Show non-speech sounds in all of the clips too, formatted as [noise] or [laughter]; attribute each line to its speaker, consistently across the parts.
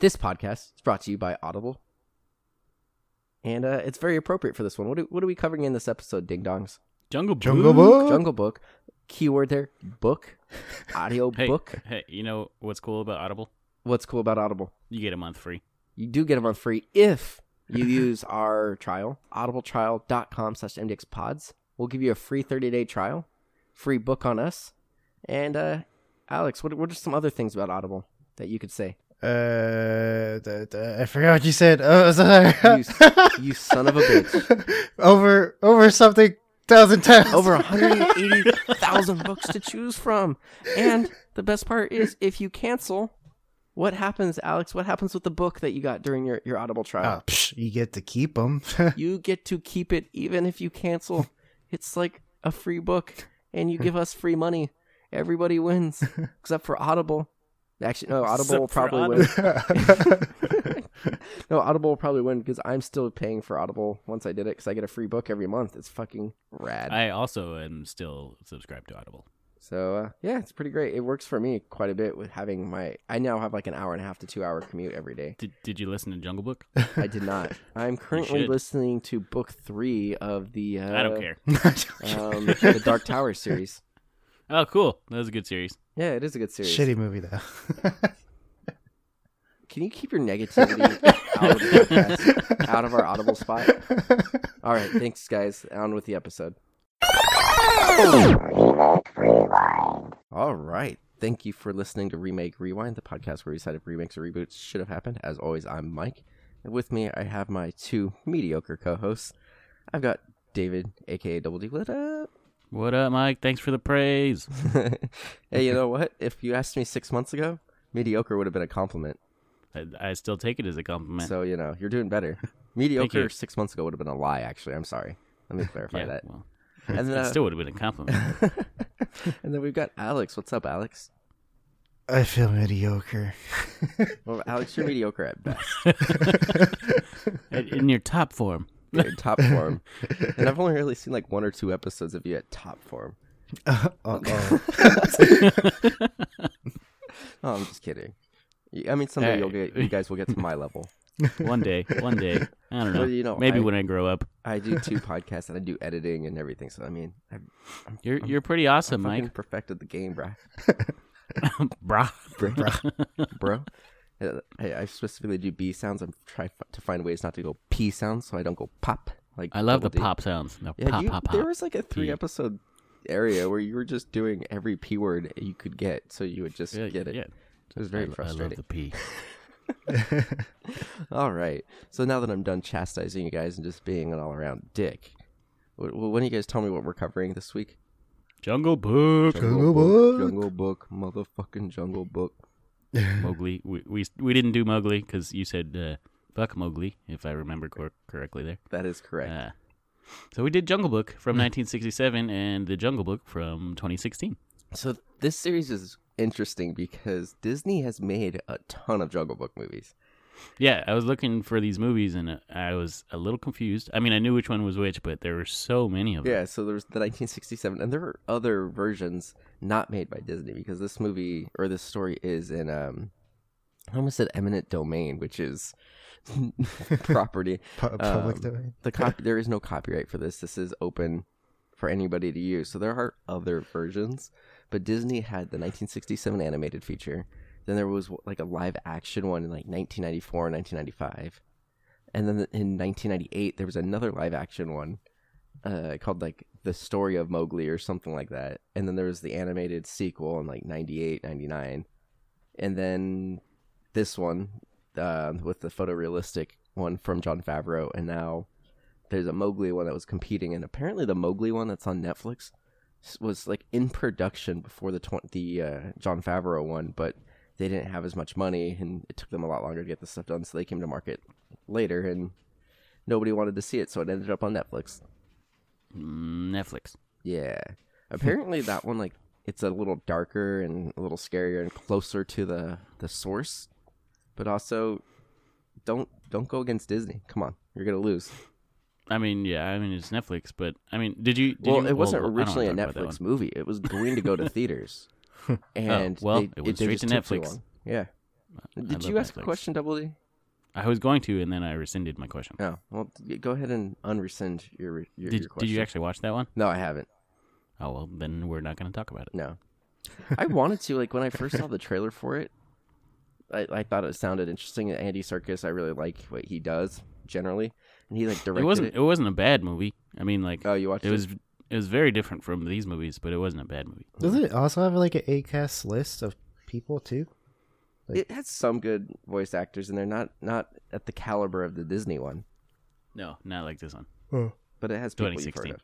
Speaker 1: This podcast is brought to you by Audible. And uh, it's very appropriate for this one. What, do, what are we covering in this episode, Ding Dongs?
Speaker 2: Jungle Book.
Speaker 3: Jungle Book.
Speaker 1: Jungle Book. Keyword there, book, audio
Speaker 2: [laughs] Hey,
Speaker 1: book.
Speaker 2: hey, you know what's cool about Audible?
Speaker 1: What's cool about Audible?
Speaker 2: You get a month free.
Speaker 1: You do get them on free if you use our trial, audibletrial.com slash mdxpods. We'll give you a free 30-day trial, free book on us. And uh, Alex, what, what are some other things about Audible that you could say?
Speaker 3: Uh, da- da- I forgot what you said. [laughs] Oh, sorry.
Speaker 1: You s- you son of a bitch.
Speaker 3: [laughs] Over, over something thousand times.
Speaker 1: Over 180,000 books to choose from. And the best part is if you cancel, what happens, Alex? What happens with the book that you got during your, your Audible trial?
Speaker 3: [laughs] Oh, psh, you get to keep [laughs] them.
Speaker 1: you get to keep it even if you cancel. It's like a free book, and you give us free money. Everybody wins, except for Audible. Actually, no, Audible
Speaker 2: Except
Speaker 1: will
Speaker 2: for
Speaker 1: probably
Speaker 2: Audible.
Speaker 1: win. no, Audible will probably win because I'm still paying for Audible once I did it because I get a free book every month. It's fucking rad.
Speaker 2: I also am still subscribed to Audible.
Speaker 1: So uh, yeah, it's pretty great. It works for me quite a bit with having my. I now have like an hour and a half to two hour commute every day.
Speaker 2: Did, did you listen to Jungle Book?
Speaker 1: I
Speaker 3: [laughs]
Speaker 1: did
Speaker 2: [laughs]
Speaker 1: not. I'm currently
Speaker 2: should.
Speaker 1: listening to book three of the. Uh,
Speaker 2: I don't care. [laughs]
Speaker 1: um, the Dark Tower series.
Speaker 2: Oh, cool. That was a good series.
Speaker 1: Yeah, it is a good series.
Speaker 3: Shitty movie though.
Speaker 1: Can you keep your
Speaker 2: [laughs]
Speaker 1: negativity out,
Speaker 3: [laughs]
Speaker 1: of the podcast, out of our audible spot? All right, thanks, guys. On with the episode. All right. Thank you for listening to Remake Rewind, the podcast where we decide if remakes or reboots should have happened. As always, I'm Mike. And with me, I have my two mediocre co hosts. I've got David, aka Double D. What up? [laughs]
Speaker 2: What up, Mike? Thanks for the praise.
Speaker 1: hey, you know what? If you asked me six months ago, mediocre would have been a compliment.
Speaker 2: I, I still take it as a compliment.
Speaker 1: So you know, you're doing
Speaker 2: [laughs]
Speaker 1: better. Mediocre
Speaker 2: you.
Speaker 1: six months ago would have been a lie. Actually, I'm sorry. Let me clarify
Speaker 2: yeah, [laughs]
Speaker 1: that.
Speaker 2: well,
Speaker 1: And then,
Speaker 2: it
Speaker 1: uh,
Speaker 2: still would have been
Speaker 1: [laughs]
Speaker 2: a compliment.
Speaker 1: and then we've got Alex. What's up, Alex?
Speaker 3: I feel mediocre. [laughs]
Speaker 1: Well, Alex, you're mediocre at best.
Speaker 2: In in your top form.
Speaker 1: You're in top form, and I've only really seen like one or two episodes of you at top form.
Speaker 3: Uh-oh.
Speaker 1: Oh, I'm just kidding. You- I mean, someday
Speaker 2: Hey.
Speaker 1: you'll get, you guys will get to my
Speaker 2: [laughs]
Speaker 1: level.
Speaker 2: One day. One day.
Speaker 1: [laughs]
Speaker 2: I don't know.
Speaker 1: Well, you know,
Speaker 2: Maybe
Speaker 1: I-
Speaker 2: when I grow up.
Speaker 1: I do two podcasts and I do editing and everything. So I mean, I've
Speaker 2: You're you're pretty awesome,
Speaker 1: fucking
Speaker 2: Mike.
Speaker 1: perfected the game,
Speaker 2: [laughs]
Speaker 1: bruh.
Speaker 2: Brah.
Speaker 1: bro. Uh, I, I specifically do B sounds. I'm try f- to find ways not to go P sounds, so I don't go pop. Like
Speaker 2: I love the
Speaker 1: double D.
Speaker 2: pop sounds. No,
Speaker 1: Yeah,
Speaker 2: pop,
Speaker 1: you,
Speaker 2: pop, pop.
Speaker 1: there was like a three
Speaker 2: P.
Speaker 1: episode area where you were just doing every P word you could get, so you would just
Speaker 2: Yeah,
Speaker 1: get it.
Speaker 2: yeah.
Speaker 1: It was very
Speaker 2: I, I love
Speaker 1: frustrating.
Speaker 2: the P.
Speaker 1: [laughs] All right, so now that I'm done chastising you guys and just being an all around dick, wh- wh- why don't you guys tell me what we're covering this week?
Speaker 2: Jungle Book.
Speaker 3: Jungle Book. [laughs]
Speaker 1: Jungle Book, motherfucking Jungle Book.
Speaker 2: Mowgli. We we, we didn't do Mowgli because you said uh, fuck Mowgli, if I remember cor- correctly there.
Speaker 1: That is correct.
Speaker 2: Uh, so we did Jungle Book from
Speaker 1: Hmm.
Speaker 2: 1967 and the Jungle Book from 2016.
Speaker 1: So this series is interesting because Disney has made a ton of Jungle Book movies.
Speaker 2: Yeah, I was looking for these movies and uh, I was a little confused. I mean, I knew which one was which, but there were so many of them.
Speaker 1: Yeah, so there's the 1967, and there were other versions not made by Disney because this movie or this story is in um, I almost said eminent domain, which is [laughs] property.
Speaker 3: Pu- public
Speaker 1: Um,
Speaker 3: domain.
Speaker 1: The copy there is no copyright for this. This is open for anybody to use. So there are other versions, but Disney had the 1967 animated feature. Then there was like a live action one in like 1994 and 1995. And then in 1998 there was another live action one uh, called like The Story of Mowgli or something like that. And then there was the animated sequel in like 98, 99. And then this one uh, with the photorealistic one from John Favreau and now there's a Mowgli one that was competing, and apparently the Mowgli one that's on Netflix s- was like in production before the tw- the uh, John Favreau one, but they didn't have as much money, and it took them a lot longer to get this stuff done, so they came to market later, and nobody wanted to see it, so it ended up on Netflix.
Speaker 2: Mm, Netflix.
Speaker 1: Yeah, apparently that one like it's a little darker and a little scarier and closer to the the source, but also don't don't go against Disney. Come on, you're gonna lose.
Speaker 2: I mean, yeah, I mean it's Netflix, but I mean, did you? Did
Speaker 1: well,
Speaker 2: you-
Speaker 1: it wasn't
Speaker 2: well, I don't wanna
Speaker 1: originally a
Speaker 2: talk about that
Speaker 1: Netflix movie. It was going to go to theaters, and
Speaker 2: well,
Speaker 1: they,
Speaker 2: it went
Speaker 1: they
Speaker 2: straight
Speaker 1: just
Speaker 2: to
Speaker 1: took too
Speaker 2: Netflix.
Speaker 1: long. Yeah,
Speaker 2: I
Speaker 1: Did
Speaker 2: love
Speaker 1: you ask
Speaker 2: Netflix.
Speaker 1: a question, Double D?
Speaker 2: I was going to, and then I rescinded my question.
Speaker 1: No. Well, d- go ahead and unrescind your re- Oh, your,
Speaker 2: did,
Speaker 1: your
Speaker 2: did
Speaker 1: question.
Speaker 2: you actually watch that one?
Speaker 1: No, I haven't.
Speaker 2: Oh well, then we're not going to talk about it.
Speaker 1: No. I wanted to like when I first saw the trailer for it. I, I thought it sounded interesting. Andy Serkis, I really like what he does generally, and he like directed
Speaker 2: It
Speaker 1: it.
Speaker 2: wasn't. It wasn't a bad movie. I mean, like
Speaker 1: oh, you watched
Speaker 2: it
Speaker 1: it?
Speaker 2: was. It was very different from these movies, but it wasn't a bad movie.
Speaker 3: Does it also have like an A cast list of people too? like-
Speaker 1: It had some good voice actors, and they're not not at the caliber of the Disney one,
Speaker 2: No, not like this one.
Speaker 3: Oh.
Speaker 1: but it has people you've heard
Speaker 2: 2016.
Speaker 1: of.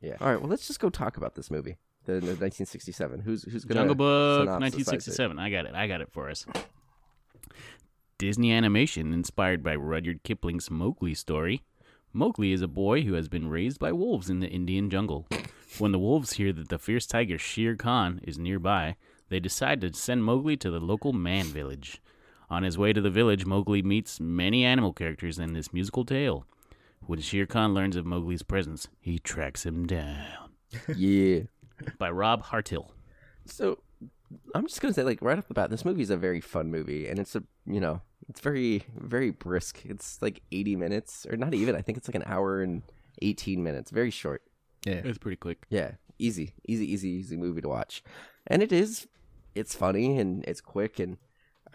Speaker 1: Yeah. All right. Well, let's just go talk about this movie, the, the 1967. Who's who's gonna
Speaker 2: Jungle
Speaker 1: synopsisize
Speaker 2: Book,
Speaker 1: it?
Speaker 2: 1967. I got it. I got it for us. Disney animation inspired by Rudyard Kipling's Mowgli story. Mowgli is a boy who has been raised by wolves in the Indian jungle. When the wolves hear that the fierce tiger Shere Khan is nearby, they decide to send Mowgli to the local man village. On his way to the village, Mowgli meets many animal characters in this musical tale. When Shere Khan learns of Mowgli's presence, he tracks him down.
Speaker 1: Yeah.
Speaker 2: By Rob Hartill.
Speaker 1: So I'm just gonna say, like right off the bat, this movie is a very fun movie, and it's a you know it's very very brisk. It's like 80 minutes, or not even. I think it's like an hour and 18 minutes. Very short.
Speaker 3: Yeah.
Speaker 2: It's pretty quick.
Speaker 1: Yeah, easy, easy, easy, easy movie to watch, and it is. It's funny and it's quick, and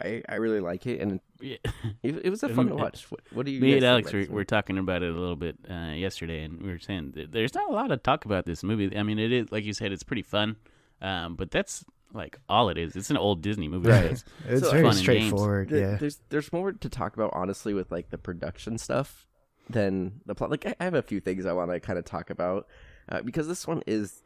Speaker 1: I I really like it, and
Speaker 2: Yeah. [laughs]
Speaker 1: it, it was a
Speaker 2: And
Speaker 1: fun to
Speaker 2: it-
Speaker 1: watch. What, what do you?
Speaker 2: Me
Speaker 1: guys
Speaker 2: and
Speaker 1: think
Speaker 2: Alex
Speaker 1: about
Speaker 2: were,
Speaker 1: this
Speaker 2: were
Speaker 1: movie?
Speaker 2: talking about it a little bit uh, yesterday, and we were saying that there's not a lot of talk about this movie. I mean, it is like you said, it's pretty fun, um, but that's like all it is. It's an old Disney movie,
Speaker 3: Right.
Speaker 2: It's-
Speaker 3: It's
Speaker 1: So-
Speaker 2: Fun
Speaker 3: very
Speaker 2: and games.
Speaker 3: straightforward.
Speaker 1: Th-
Speaker 3: Yeah.
Speaker 1: There's there's more to talk about honestly with like the production stuff than the plot. Like I, I have a few things I want to kind of talk about uh, because this one is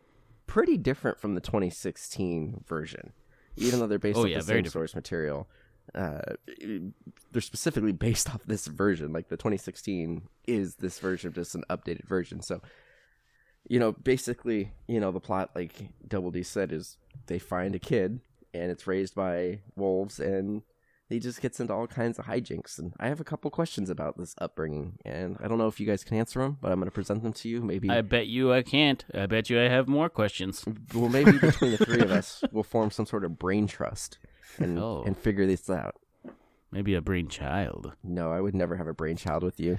Speaker 1: pretty different from the 2016 version, even though they're based
Speaker 2: Oh,
Speaker 1: off
Speaker 2: yeah,
Speaker 1: the
Speaker 2: very
Speaker 1: same
Speaker 2: different.
Speaker 1: source material. Uh, it- they're specifically [laughs] based off this version. Like the 2016 is this version, just an updated version. So you know, basically, you know, the plot, like Double D said, is they find a kid and it's raised by wolves and he just gets into all kinds of hijinks. And I have a couple questions about this upbringing and I don't know if you guys can answer them, but I'm going to present them to you. Maybe,
Speaker 2: I bet you I can't. I bet you I have more questions.
Speaker 1: well, maybe between the three of
Speaker 2: [laughs]
Speaker 1: us, we'll form some sort of brain trust and,
Speaker 2: Oh.
Speaker 1: and figure this out.
Speaker 2: Maybe a brain
Speaker 1: [laughs]
Speaker 2: child. [laughs]
Speaker 1: No, I would never have a brainchild with you.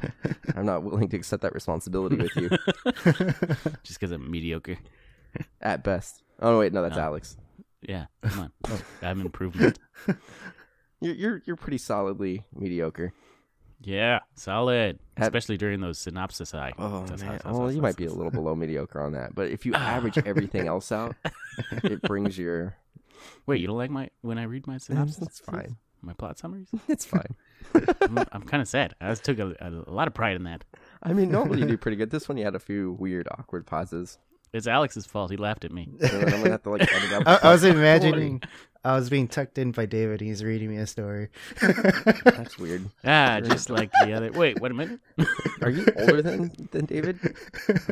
Speaker 1: I'm not willing to accept that responsibility with
Speaker 2: [laughs]
Speaker 1: you
Speaker 2: Just because I'm mediocre.
Speaker 1: at best. Oh, no, wait, no, that's
Speaker 2: No.
Speaker 1: Alex.
Speaker 2: Yeah, come on.
Speaker 1: Oh.
Speaker 2: I'm improvement.
Speaker 1: You're, you're, you're pretty solidly mediocre.
Speaker 2: Yeah, solid.
Speaker 1: At-
Speaker 2: Especially during those synopsis. I.
Speaker 1: Oh
Speaker 2: Sus-
Speaker 1: man,
Speaker 2: sus- sus-
Speaker 1: well,
Speaker 2: sus-
Speaker 1: you
Speaker 2: sus-
Speaker 1: might be a little below mediocre on that, but if you average everything else out, it brings your.
Speaker 2: Wait, you don't like my when I read my synopsis?
Speaker 1: That's fine.
Speaker 2: My plot summaries.
Speaker 1: It's fine.
Speaker 2: I'm, I'm kind of sad. I took a, a lot of pride in that.
Speaker 1: [laughs] I mean, normally you do pretty good. This one, you had a few weird, awkward pauses.
Speaker 2: It's Alex's fault. He laughed at
Speaker 1: [laughs]
Speaker 2: me.
Speaker 1: So then I'm gonna have to like edit out.
Speaker 3: I,
Speaker 1: the [laughs]
Speaker 3: I was
Speaker 1: fuck-
Speaker 3: imagining I was being tucked in by David. He's reading me a story.
Speaker 1: That's weird.
Speaker 2: Ah, just like the other. Wait, wait a minute.
Speaker 1: Are you older than than David?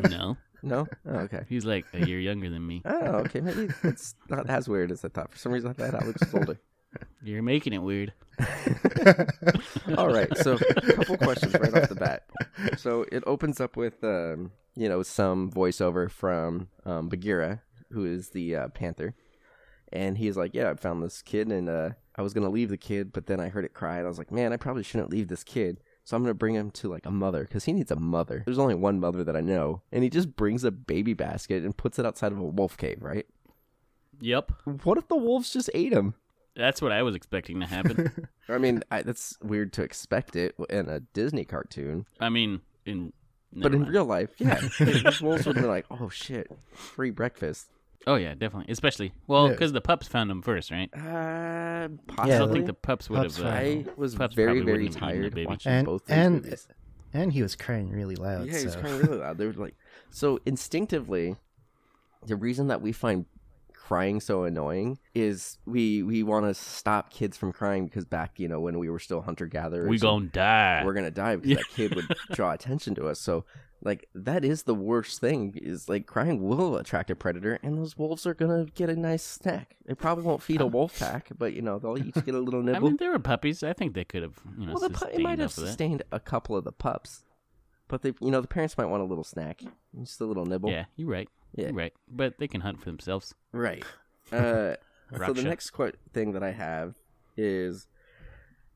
Speaker 2: No,
Speaker 1: No. Oh, okay.
Speaker 2: he's like a year younger than me.
Speaker 1: Oh, okay. Maybe it's not as weird as I thought. For some reason, I thought Alex was older.
Speaker 2: You're making it weird.
Speaker 1: All right, [laughs] so a couple questions right off the bat. So it opens up with um, you know some voiceover from um, Bagheera, who is the uh, panther, and he's like, "Yeah, I found this kid, and uh, I was gonna leave the kid, but then I heard it cry, and I was like, man, I probably shouldn't leave this kid." So I'm gonna bring him to like a mother because he needs a mother. There's only one mother that I know, and he just brings a baby basket and puts it outside of a wolf cave. Right?
Speaker 2: Yep,
Speaker 1: What if the wolves just ate him?
Speaker 2: that's what I was expecting
Speaker 1: [laughs]
Speaker 2: to happen.
Speaker 1: I mean, I, that's weird to expect it in a Disney cartoon.
Speaker 2: I mean, in
Speaker 1: but
Speaker 2: never
Speaker 1: in
Speaker 2: mind.
Speaker 1: real life,
Speaker 2: [laughs]
Speaker 1: yeah, those wolves would have been like, "Oh shit, free breakfast."
Speaker 2: oh yeah, definitely, especially well
Speaker 3: Yeah.
Speaker 2: because the pups found him first, right?
Speaker 1: Uh,
Speaker 3: Yeah.
Speaker 2: I don't
Speaker 1: possibly.
Speaker 2: think the pups would
Speaker 3: Pups
Speaker 2: have.
Speaker 3: found
Speaker 2: Uh,
Speaker 1: I was
Speaker 2: Pups
Speaker 1: very
Speaker 2: probably
Speaker 1: very
Speaker 2: wouldn't have eaten the
Speaker 1: tired
Speaker 2: baby.
Speaker 1: watching
Speaker 3: And-
Speaker 1: both these
Speaker 3: and- [laughs]
Speaker 1: movies.
Speaker 3: and he was crying really loud.
Speaker 1: Yeah, he was
Speaker 3: so-
Speaker 1: crying really loud. They were like, so instinctively, the reason that we find crying so annoying is we we want to stop kids from crying because back you know when we were still hunter gatherers,
Speaker 2: we gonna die.
Speaker 1: we're gonna die because
Speaker 2: Yeah.
Speaker 1: that kid
Speaker 2: [laughs]
Speaker 1: would draw attention to us. So like that is the worst thing is like crying will attract a predator and those wolves are gonna get a nice snack. They probably won't feed a
Speaker 2: [laughs]
Speaker 1: wolf pack, but you know, they'll each get a little
Speaker 2: I
Speaker 1: nibble.
Speaker 2: mean, they were puppies. I think they could have. You know,
Speaker 1: well the pu- it
Speaker 2: sustained
Speaker 1: might have
Speaker 2: off of that.
Speaker 1: sustained a couple of the pups. But they you know, the parents might want a little snack. Just a little nibble.
Speaker 2: Yeah, you're right.
Speaker 1: Yeah.
Speaker 2: You're right. But they can hunt for [laughs] themselves.
Speaker 1: Right. Uh so the
Speaker 2: Raksha.
Speaker 1: next qu- thing that I have is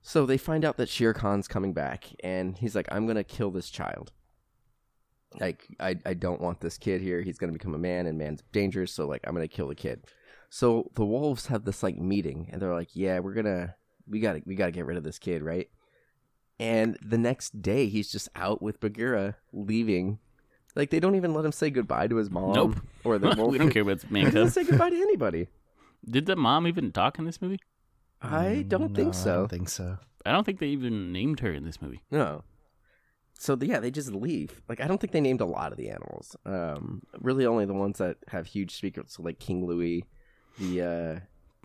Speaker 1: So they find out that Shere Khan's coming back, and he's like, "I'm gonna kill this child. Like, I I don't want this kid here. He's gonna become a man, and man's dangerous. So like, I'm gonna kill the kid." So the wolves have this like meeting, and they're like, "Yeah, we're gonna we gotta we gotta get rid of this kid, right?" And the next day, he's just out with Bagheera leaving. Like they don't even let him say goodbye to his mom.
Speaker 2: Nope.
Speaker 1: Or
Speaker 2: [laughs]
Speaker 1: the wolf.
Speaker 2: we don't care about
Speaker 1: He doesn't [laughs]
Speaker 2: Manka.
Speaker 1: say goodbye to anybody.
Speaker 2: Did the mom even talk in this movie?
Speaker 1: I don't
Speaker 3: Mm, No,
Speaker 1: think so.
Speaker 3: I don't think so.
Speaker 2: I don't think they even named her in this movie.
Speaker 1: No. So th- yeah, they just leave. Like I don't think they named a lot of the animals. Um, really only the ones that have huge secrets, so like King Louis, the uh,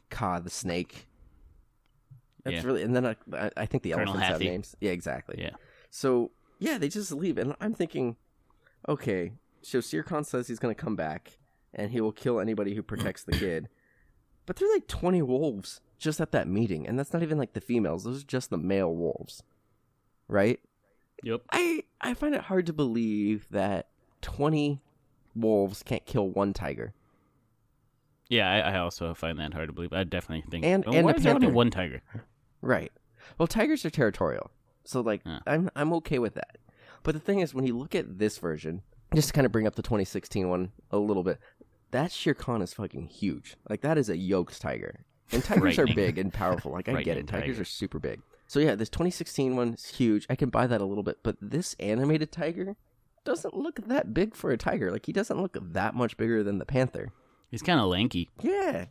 Speaker 1: Ka the snake. That's
Speaker 2: Yeah.
Speaker 1: really, and then I, I- I think the
Speaker 2: Colonel
Speaker 1: elephants have
Speaker 2: Hathi.
Speaker 1: names. Yeah, exactly.
Speaker 2: Yeah.
Speaker 1: So yeah, they just leave, and I'm thinking, okay, so Shere Khan says he's gonna come back, and he will kill anybody who protects the kid. [clears throat] But there's like 20 wolves just at that meeting, and that's not even like the females; those are just the male wolves, right?
Speaker 2: Yep.
Speaker 1: I I find it hard to believe that 20 wolves can't kill one tiger.
Speaker 2: Yeah, I, I also find that hard to believe. I definitely think.
Speaker 1: And-
Speaker 2: Oh,
Speaker 1: and
Speaker 2: why
Speaker 1: a
Speaker 2: is there only
Speaker 1: panther.
Speaker 2: one tiger?
Speaker 1: Right. Well, tigers are territorial. So like
Speaker 2: Yeah.
Speaker 1: I'm I'm okay with that. But the thing is when you look at this version, just to kind of bring up the 2016 one a little bit, that Shere Khan is fucking huge. Like that is a yokes tiger. And
Speaker 2: [laughs]
Speaker 1: tigers are
Speaker 2: Frightening.
Speaker 1: big and powerful. Like I get
Speaker 2: Frightening
Speaker 1: it. Tigers
Speaker 2: tiger.
Speaker 1: are super big. So yeah, this 2016 one's huge. I can buy that a little bit, but this animated tiger doesn't look that big for a tiger. Like he doesn't look that much bigger than the panther.
Speaker 2: He's kind of lanky.
Speaker 1: Yeah.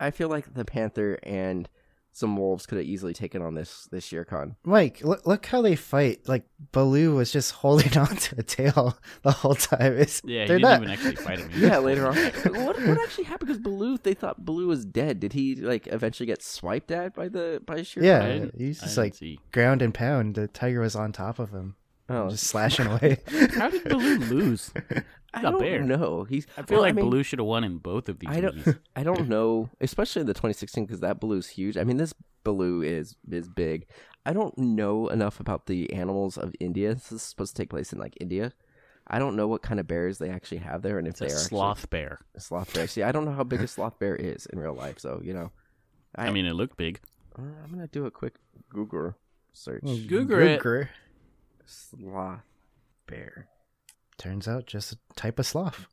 Speaker 1: I feel like the Panther and some wolves could have easily taken on this this year con.
Speaker 3: Mike, look, look how they fight. Like Baloo was just [laughs] holding on to a tail the whole time. It's,
Speaker 2: Yeah, he
Speaker 3: they're
Speaker 2: didn't
Speaker 3: not.
Speaker 2: even actually fight him.
Speaker 1: [laughs] [laughs] Yeah, later on. what what actually happened? Because Baloo, they thought Baloo was dead. Did he like eventually get swiped at by the by Shere
Speaker 2: I
Speaker 3: Yeah.
Speaker 2: didn't-
Speaker 3: he's
Speaker 2: I
Speaker 3: just
Speaker 2: didn't
Speaker 3: like-
Speaker 2: see.
Speaker 3: ground and pound. The tiger was on top of him,
Speaker 1: Khan? Oh,
Speaker 3: just
Speaker 1: [laughs]
Speaker 3: slashing away.
Speaker 2: How [laughs] did Baloo lose?
Speaker 1: I
Speaker 2: not
Speaker 1: don't
Speaker 2: bear.
Speaker 1: know. He's.
Speaker 2: I feel
Speaker 1: well,
Speaker 2: like
Speaker 1: mean,
Speaker 2: Baloo should have won in both of these
Speaker 1: I don't.
Speaker 2: movies.
Speaker 1: [laughs] I don't know, especially in the 2016, because that Baloo's huge. I mean, this Baloo is is big. I don't know enough about the animals of India. This is supposed to take place in like India. I don't know what kind of bears they actually have there, and if
Speaker 2: It's
Speaker 1: they
Speaker 2: a
Speaker 1: are actually-
Speaker 2: sloth bear.
Speaker 1: a sloth bear. See, I don't know how big a sloth bear is in real life, so you know. I-
Speaker 2: I mean, it looked big.
Speaker 1: Uh, I'm gonna do a quick Google search.
Speaker 2: Google it.
Speaker 3: Googer.
Speaker 1: Sloth
Speaker 2: [laughs]
Speaker 1: bear. [laughs]
Speaker 3: Turns out just a type of sloth.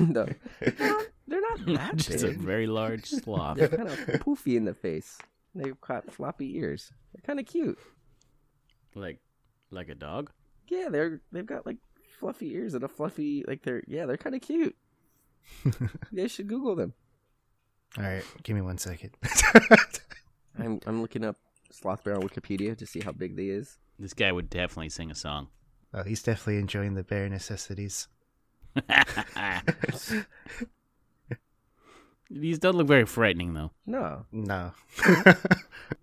Speaker 1: no, [laughs] they're not
Speaker 2: [laughs]
Speaker 1: that
Speaker 2: Just a
Speaker 1: big. [laughs]
Speaker 2: very large sloth.
Speaker 1: They're kind of poofy in the face. They've got floppy ears. They're kind of cute.
Speaker 2: like like a dog?
Speaker 1: Yeah, they're they've got like fluffy ears and a fluffy like they're yeah they're kind of
Speaker 2: [laughs]
Speaker 1: cute. they should Google them.
Speaker 3: All right, give me one second. [laughs]
Speaker 1: I'm I'm looking up sloth bear on Wikipedia to see how big they is.
Speaker 2: This guy would definitely sing a song. [laughs]
Speaker 3: oh, he's definitely enjoying the bare necessities.
Speaker 2: These don't look very frightening, though.
Speaker 1: No, [laughs]
Speaker 3: No.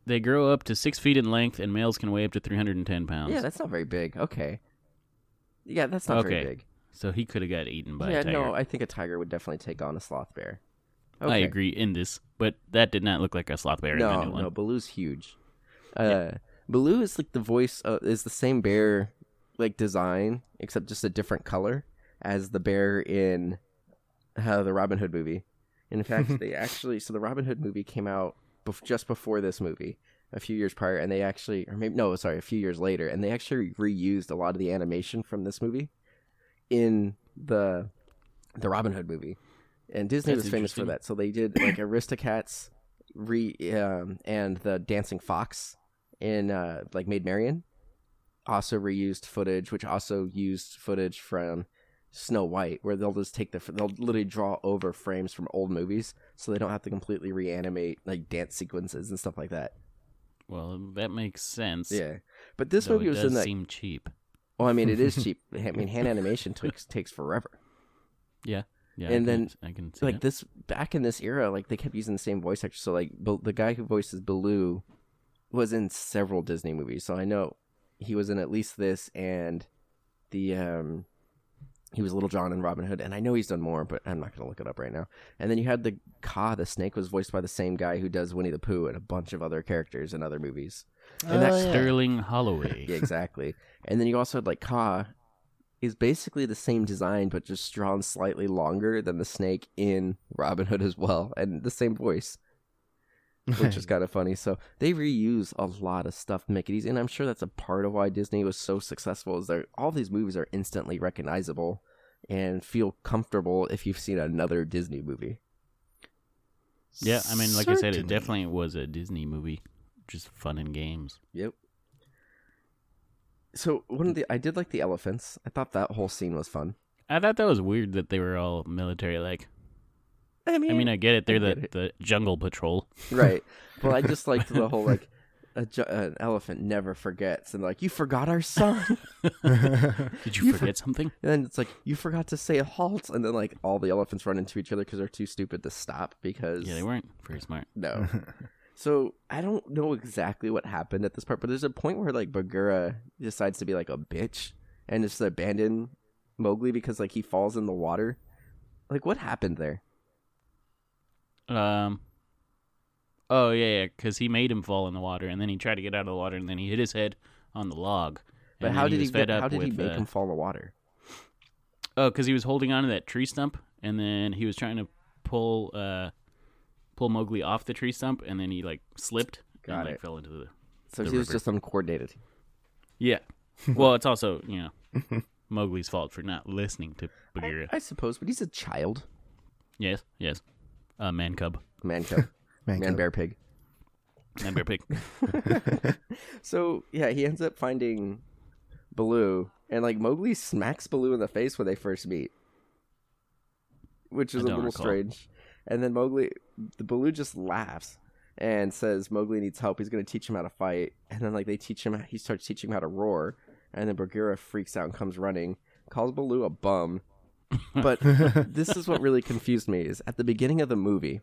Speaker 2: They grow up to six feet in length, and males can weigh up to 310 pounds.
Speaker 1: Yeah, that's not very big. Okay. Yeah, that's not very
Speaker 2: Okay.
Speaker 1: big.
Speaker 2: so he could have got eaten by
Speaker 1: yeah,
Speaker 2: a tiger.
Speaker 1: no, I think a tiger would definitely take on a sloth bear.
Speaker 2: I agree in this, but that did not look like a sloth bear in the
Speaker 1: No,
Speaker 2: new one.
Speaker 1: no, Baloo's huge. Uh, Baloo is like the voice of, is the same bear like design except just a different color as the bear in uh, the Robin Hood movie. In
Speaker 2: [laughs]
Speaker 1: fact, they actually so the Robin Hood movie came out bef- just before this movie a few years prior, and they actually or maybe no, sorry, a few years later, and they actually reused a lot of the animation from this movie in the the Robin Hood movie, and Disney
Speaker 2: That's
Speaker 1: was famous for
Speaker 2: interesting.
Speaker 1: that. So they did like Aristocats, re um, and the Dancing Fox in uh, like Maid Marian, also reused footage, which also used footage from Snow White, where they'll just take the they'll literally draw over frames from old movies, so they don't have to completely reanimate like dance sequences and stuff like that.
Speaker 2: Well, that makes sense.
Speaker 1: Yeah, but this
Speaker 2: though
Speaker 1: movie
Speaker 2: it
Speaker 1: was
Speaker 2: does
Speaker 1: in that.
Speaker 2: seem cheap.
Speaker 1: oh, I mean, it
Speaker 2: [laughs]
Speaker 1: is cheap. I mean, hand animation takes takes forever.
Speaker 2: Yeah,
Speaker 1: And
Speaker 2: I can,
Speaker 1: then,
Speaker 2: I can see
Speaker 1: like
Speaker 2: that.
Speaker 1: this back in this era, like they kept using the same voice actor. So like Bal- the guy who voices Baloo was in several Disney movies. So I know he was in at least this and the um he was Little John and Robin Hood, and I know he's done more, but I'm not gonna look it up right now. And then you had the Ka, the snake was voiced by the same guy who does Winnie the Pooh and a bunch of other characters in other movies. And that
Speaker 3: Oh, yeah. [laughs]
Speaker 2: Sterling Holloway.
Speaker 1: Yeah, exactly. and then you also had like Ka is basically the same design but just drawn slightly longer than the snake in Robin Hood as well and the same voice. which
Speaker 2: [laughs]
Speaker 1: is kind of funny. So they reuse a lot of stuff to make it easy, and I'm sure that's a part of why Disney was so successful. Is that all these movies are instantly recognizable and feel comfortable if you've seen another Disney movie.
Speaker 2: Yeah, I mean, like I said, it
Speaker 1: [laughs]
Speaker 3: Certainly.
Speaker 2: definitely was a Disney movie, just fun and games.
Speaker 1: Yep. So one
Speaker 2: Mm.
Speaker 1: of the I did like the elephants. I thought that whole scene was fun.
Speaker 2: I thought that was weird that they were all military. Like, I mean, I get it; they're
Speaker 1: I
Speaker 2: the,
Speaker 1: get
Speaker 2: the jungle patrol. [laughs]
Speaker 1: right. Well, I just liked the whole like a, ju- an elephant never forgets, and like you forgot our son. [laughs]
Speaker 2: Did you,
Speaker 1: You for-
Speaker 2: forget something?
Speaker 1: And then it's like you forgot to say halt, and then like all the elephants run into each other because they're too stupid to stop. Because
Speaker 2: Yeah, they weren't very smart. [laughs]
Speaker 1: no. So I don't know exactly what happened at this part, but there's a point where like Bagura decides to be like a bitch and just abandon Mowgli because like he falls in the water. Like what happened there?
Speaker 2: Um. Oh yeah, yeah, because he made him fall in the water, and then he tried to get out of the water, and then he hit his head on the log.
Speaker 1: But
Speaker 2: and
Speaker 1: how
Speaker 2: then
Speaker 1: did he,
Speaker 2: was fed
Speaker 1: get,
Speaker 2: up
Speaker 1: how did he
Speaker 2: with,
Speaker 1: make
Speaker 2: uh,
Speaker 1: him fall in the water?
Speaker 2: Oh, because he was holding on to that tree stump, and then he was trying to pull uh, pull Mowgli off the tree stump, and then he like slipped
Speaker 1: Got
Speaker 2: and like
Speaker 1: it.
Speaker 2: fell into the.
Speaker 1: So
Speaker 2: the
Speaker 1: he was
Speaker 2: river.
Speaker 1: just uncoordinated.
Speaker 2: Yeah. Well, it's also you know
Speaker 1: [laughs]
Speaker 2: Mowgli's fault for not listening to Bagheera.
Speaker 1: I suppose, but he's a child.
Speaker 2: Yes, yes, uh, man cub,
Speaker 1: Man cub.
Speaker 3: Man,
Speaker 1: man
Speaker 3: go-
Speaker 1: bear pig.
Speaker 2: man bear pig.
Speaker 1: [laughs] So yeah, he ends up finding Baloo, and like Mowgli smacks Baloo in the face when they first meet, which is
Speaker 2: I
Speaker 1: a
Speaker 2: don't
Speaker 1: little
Speaker 2: recall.
Speaker 1: strange. And then Mowgli, the Baloo just laughs and says Mowgli needs help. He's going to teach him how to fight. And then like they teach him, he starts teaching him how to roar. And then Bagheera freaks out and comes running, calls Baloo a bum.
Speaker 2: [laughs]
Speaker 1: But this is what really confused me is at the beginning of the movie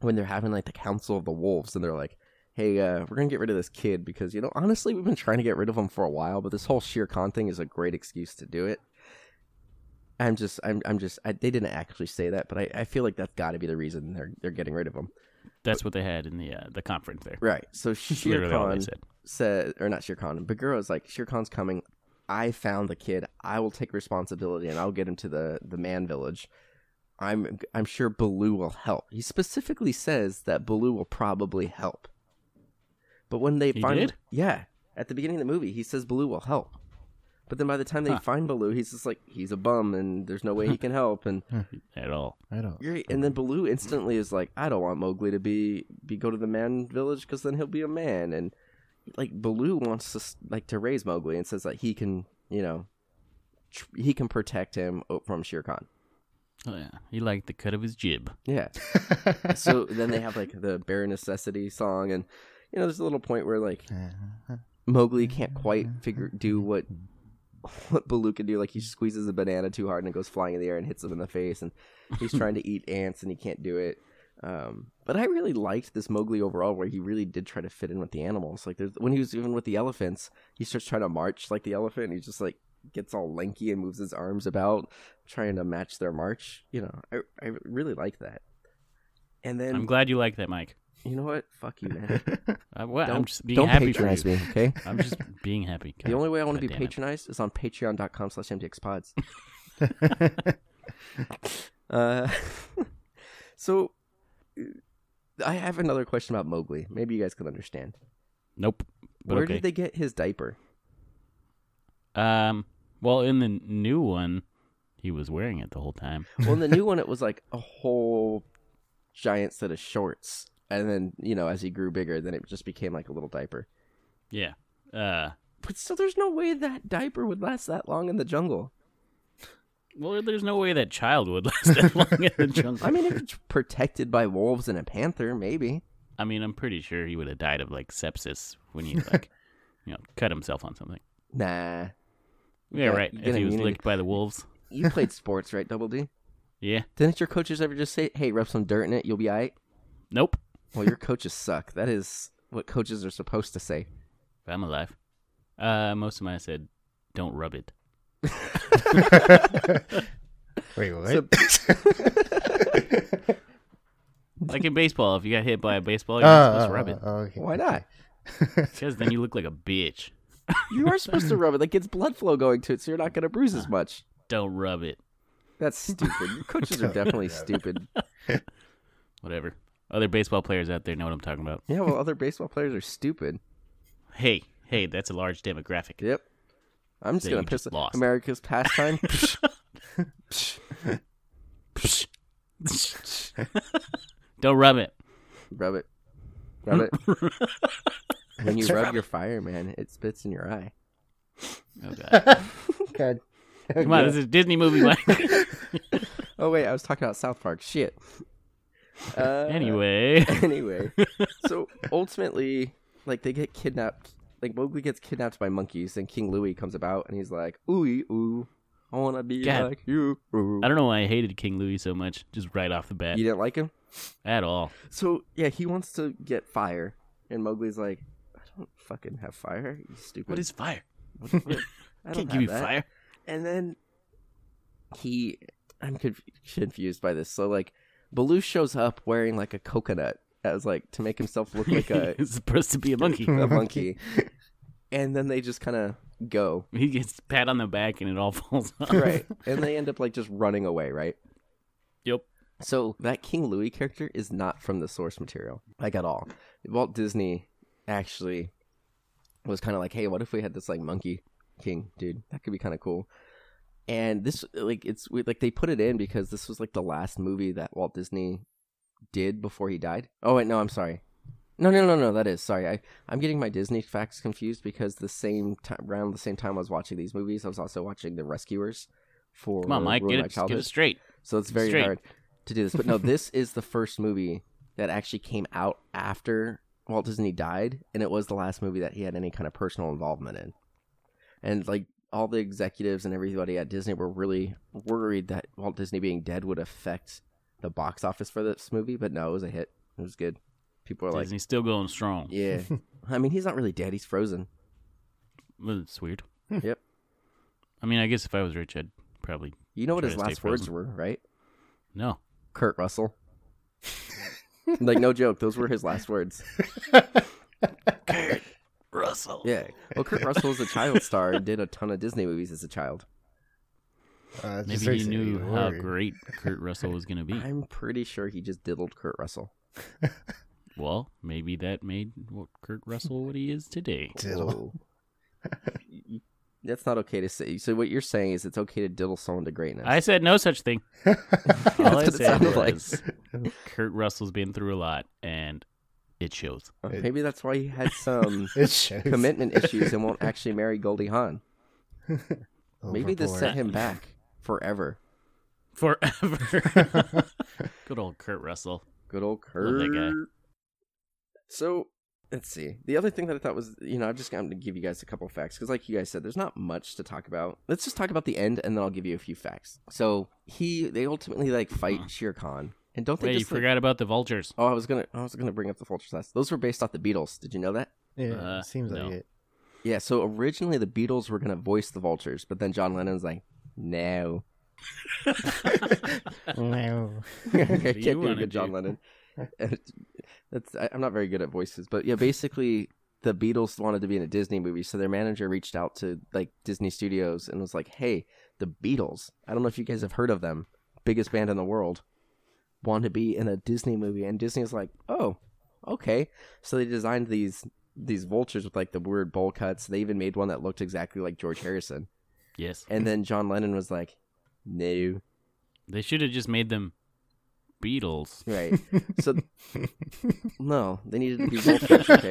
Speaker 1: when they're having like the council of the wolves and they're like hey uh, we're gonna get rid of this kid because you know honestly we've been trying to get rid of him for a while but this whole Shere Khan thing is a great excuse to do it i'm just i'm, I'm just I, they didn't actually say that but i, I feel like that's got to be the reason they're they're getting rid of him
Speaker 2: That's what they had in the uh, the conference there.
Speaker 1: right so
Speaker 2: That's
Speaker 1: Shere
Speaker 2: literally all they
Speaker 1: Khan
Speaker 2: said.
Speaker 1: said or not Shere Khan Bagheera's like Shere Khan's coming I found the kid I will take responsibility and I'll get him to the the man village I'm I'm sure Baloo will help he specifically says that Baloo will probably help but when they
Speaker 2: He
Speaker 1: find
Speaker 2: did?
Speaker 1: yeah at the beginning of the movie he says Baloo will help but then by the time they
Speaker 2: Huh.
Speaker 1: find Baloo he's just like he's a bum and there's no way he can help and
Speaker 2: at all.
Speaker 3: I don't.
Speaker 1: you're, and then Baloo instantly is like, I don't want Mowgli to be be go to the man village because then he'll be a man. And like Baloo wants to s- like to raise Mowgli and says that he can, you know, tr- he can protect him o- from Shere Khan.
Speaker 2: Oh, yeah. He liked the cut of his jib.
Speaker 1: Yeah. so then they have like the bare necessity song, and you know, there's a little point where like
Speaker 3: Uh,
Speaker 1: Mowgli can't quite figure do what [laughs] what Baloo can do. Like he squeezes a banana too hard and it goes flying in the air and hits him in the face. And he's trying to eat ants and he can't do it. Um, but I really liked this Mowgli overall, where he really did try to fit in with the animals. Like there's, when he was even with the elephants, he starts trying to march like the elephant. And he just like gets all lanky and moves his arms about, trying to match their march. You know, I I really like that. And then
Speaker 2: I'm glad you like that, Mike.
Speaker 1: you know what? Fuck you, man.
Speaker 2: I, well, I'm
Speaker 1: Don't-
Speaker 2: just [laughs] being
Speaker 1: Don't
Speaker 2: happy
Speaker 1: patronize
Speaker 2: for you.
Speaker 1: me, okay?
Speaker 2: I'm
Speaker 1: [laughs]
Speaker 2: just being happy.
Speaker 1: The only way I want to be
Speaker 2: God damn it.
Speaker 1: patronized is on patreon.com slash
Speaker 2: [laughs]
Speaker 1: mdxpods. [laughs] uh, [laughs] so, uh, I have another question about Mowgli. Maybe you guys can understand.
Speaker 2: Nope. But
Speaker 1: Where
Speaker 2: okay.
Speaker 1: did they get his diaper?
Speaker 2: Um. Well, in the new one, he was wearing it the whole time.
Speaker 1: Well, in the new one, it was like a whole giant set of shorts. And then, you know, as he grew bigger, then it just became like a little diaper.
Speaker 2: Yeah. Uh.
Speaker 1: But still, there's no way that diaper would last that long in the jungle.
Speaker 2: Well, there's no way that child would [laughs] last that long in the jungle.
Speaker 1: I mean, if it's
Speaker 2: [laughs]
Speaker 1: protected by wolves and a panther, maybe.
Speaker 2: I mean, I'm pretty sure he would have died of like sepsis when he
Speaker 1: [laughs]
Speaker 2: like, you know, cut himself on something.
Speaker 1: Nah.
Speaker 2: Yeah,
Speaker 1: got-
Speaker 2: right.
Speaker 1: you
Speaker 2: If
Speaker 1: get
Speaker 2: he was
Speaker 1: immunity.
Speaker 2: licked by the wolves.
Speaker 1: You played sports, right, Double D?
Speaker 2: Yeah.
Speaker 1: Didn't your coaches ever just say, "Hey, rub some dirt in it, you'll be alright"?
Speaker 2: Nope.
Speaker 1: Well, your coaches suck. That is what coaches are supposed to say.
Speaker 2: I'm alive. Uh, most of mine said, "Don't rub it."
Speaker 3: Wait, [laughs] what?
Speaker 2: Like in baseball, if you got hit by a baseball, you're not
Speaker 3: oh,
Speaker 2: supposed to rub it
Speaker 3: oh, oh, okay.
Speaker 1: Why not?
Speaker 2: because then you look like a bitch.
Speaker 1: You are supposed to rub it. That gets blood flow going to it, so you're not going to bruise
Speaker 2: Ah.
Speaker 1: as much.
Speaker 2: Don't rub it. [laughs]
Speaker 1: That's stupid. Your coaches are definitely stupid.
Speaker 2: Whatever. Other baseball players out there know what I'm talking about.
Speaker 1: Yeah, well, other baseball players are stupid.
Speaker 2: Hey, hey, that's a large demographic.
Speaker 1: Yep. I'm just
Speaker 2: That
Speaker 1: gonna
Speaker 2: you
Speaker 1: piss
Speaker 2: just lost.
Speaker 1: America's
Speaker 2: [laughs]
Speaker 1: pastime.
Speaker 2: Don't rub it.
Speaker 1: rub it, rub it.
Speaker 2: [laughs]
Speaker 1: when you rub your fire, man, it spits in your eye.
Speaker 2: Oh god.
Speaker 3: God.
Speaker 2: Come on, this is a Disney movie. Mike.
Speaker 1: Oh wait, I was talking about South Park. Shit. Uh,
Speaker 2: [laughs]
Speaker 1: [laughs]
Speaker 2: anyway,
Speaker 1: anyway, so ultimately, like they get kidnapped. Like Mowgli gets kidnapped by monkeys, and King Louie comes about, and he's like, "Ooh, ooh, I wanna be
Speaker 2: God.
Speaker 1: like you." Ooh.
Speaker 2: I don't know why I hated King Louis so much, just right off the bat
Speaker 1: You didn't like him,
Speaker 2: at all.
Speaker 1: so yeah, he wants to get fire, and Mowgli's like, "I don't fucking have fire, you stupid."
Speaker 2: What is fire?
Speaker 1: What- what- I
Speaker 2: I
Speaker 1: don't
Speaker 2: can't give you
Speaker 1: have that.
Speaker 2: fire.
Speaker 1: And then he, I'm conf- confused by this. So like, Baloo shows up wearing like a coconut as like to make himself look [laughs] like
Speaker 2: [laughs]
Speaker 1: a
Speaker 2: it's supposed to be
Speaker 1: [laughs]
Speaker 2: a monkey.
Speaker 1: a monkey. and then they just kind of go.
Speaker 2: He gets pat on the back and it all falls [laughs] off.
Speaker 1: Right. and they end up like just running away, right?
Speaker 2: Yep.
Speaker 1: So that King Louis character is not from the source material, like at all. Walt Disney actually was kind of like, hey, what if we had this like monkey king dude? That could be kind of cool. And this, like, it's we- like they put it in because this was like the last movie that Walt Disney did before he died. Oh wait, no, I'm sorry. No, no, no, no. That is sorry. I I'm getting my Disney facts confused because the same time around the same time I was watching these movies, I was also watching The Rescuers. For
Speaker 2: Come on, Mike,
Speaker 1: Ruin
Speaker 2: get
Speaker 1: My
Speaker 2: it, get
Speaker 1: Childhood.
Speaker 2: it straight.
Speaker 1: So it's very
Speaker 2: Straight.
Speaker 1: hard to do this. But no, this is the first movie that actually came out after Walt Disney died, and it was the last movie that he had any kind of personal involvement in. And like all the executives and everybody at Disney were really worried that Walt Disney being dead would affect the box office for this movie, but no, it was a hit. It was good. People are like,
Speaker 2: Disney's still going strong. [laughs]
Speaker 1: yeah. I mean, he's not really dead. He's frozen.
Speaker 2: Well, It's weird.
Speaker 1: Yep.
Speaker 2: I mean, I guess if I was rich, I'd probably
Speaker 1: You know what
Speaker 2: Try
Speaker 1: his
Speaker 2: to stay
Speaker 1: last words
Speaker 2: frozen.
Speaker 1: were, right?
Speaker 2: no.
Speaker 1: Kurt Russell.
Speaker 2: [laughs]
Speaker 1: like no joke, those were his last words.
Speaker 2: Russell.
Speaker 1: Yeah. Well, Kurt Russell was a child star and did a ton of Disney movies as a child.
Speaker 3: [coughs] Uh, it just
Speaker 2: Maybe he
Speaker 3: makes it
Speaker 2: knew
Speaker 3: even
Speaker 2: how
Speaker 3: worse. [laughs]
Speaker 2: great Kurt Russell was going to be.
Speaker 1: I'm pretty sure he just diddled Kurt Russell.
Speaker 2: Well, maybe that made what Kurt Russell what he is
Speaker 1: [laughs]
Speaker 2: today.
Speaker 3: Diddle.
Speaker 1: Whoa. Oh. That's not okay to say. So what you're saying is it's okay to diddle someone to greatness.
Speaker 2: I said no such thing. [laughs] All
Speaker 1: [laughs] That's
Speaker 2: I
Speaker 1: what it
Speaker 2: said
Speaker 1: sounded like.
Speaker 2: was Kurt Russell's been through a lot, and it shows.
Speaker 1: Uh, Maybe that's why he had some
Speaker 3: [laughs] It shows.
Speaker 1: commitment issues and won't actually marry Goldie Hawn.
Speaker 3: Oh,
Speaker 1: Maybe this set
Speaker 3: Overboard.
Speaker 1: him back forever.
Speaker 2: Forever. Good old Kurt Russell.
Speaker 1: Good old Kurt.
Speaker 2: Love that guy.
Speaker 1: So let's see. The other thing that I thought was, you know, I'm just going to give you guys a couple facts because, like you guys said, there's not much to talk about. Let's just talk about the end, and then I'll give you a few facts. So he, they ultimately like fight Shere Khan, and don't they
Speaker 2: Wait, you
Speaker 1: just? like-
Speaker 2: forgot about
Speaker 1: [laughs]
Speaker 2: the vultures.
Speaker 1: oh, I was gonna, I was gonna bring up the vulture slash. Those were based off the Beatles. Did you know that?
Speaker 3: Yeah,
Speaker 2: Uh,
Speaker 3: seems
Speaker 2: no.
Speaker 1: [laughs]
Speaker 3: like it.
Speaker 1: Yeah. So originally the Beatles were gonna voice the vultures, but then John Lennon's like, no, [laughs]
Speaker 3: No.
Speaker 1: I can't
Speaker 2: you
Speaker 1: do a
Speaker 2: wanna
Speaker 1: good John
Speaker 2: do? [laughs]
Speaker 1: Lennon. [laughs] And That's I, I'm not very good at voices, but yeah, basically the Beatles wanted to be in a Disney movie, so their manager reached out to like Disney Studios and was like, "Hey, the Beatles. I don't know if you guys have heard of them, biggest band in the world, want to be in a Disney movie." And Disney's like, "Oh, okay." So they designed these these vultures with like the weird bowl cuts. They even made one that looked exactly like George Harrison.
Speaker 2: Yes.
Speaker 1: And then John Lennon was like, "No,
Speaker 2: They should have just made them Beatles.
Speaker 1: Right.
Speaker 2: [laughs]
Speaker 1: So, no, they needed to be vultures.
Speaker 2: [laughs]
Speaker 1: Okay.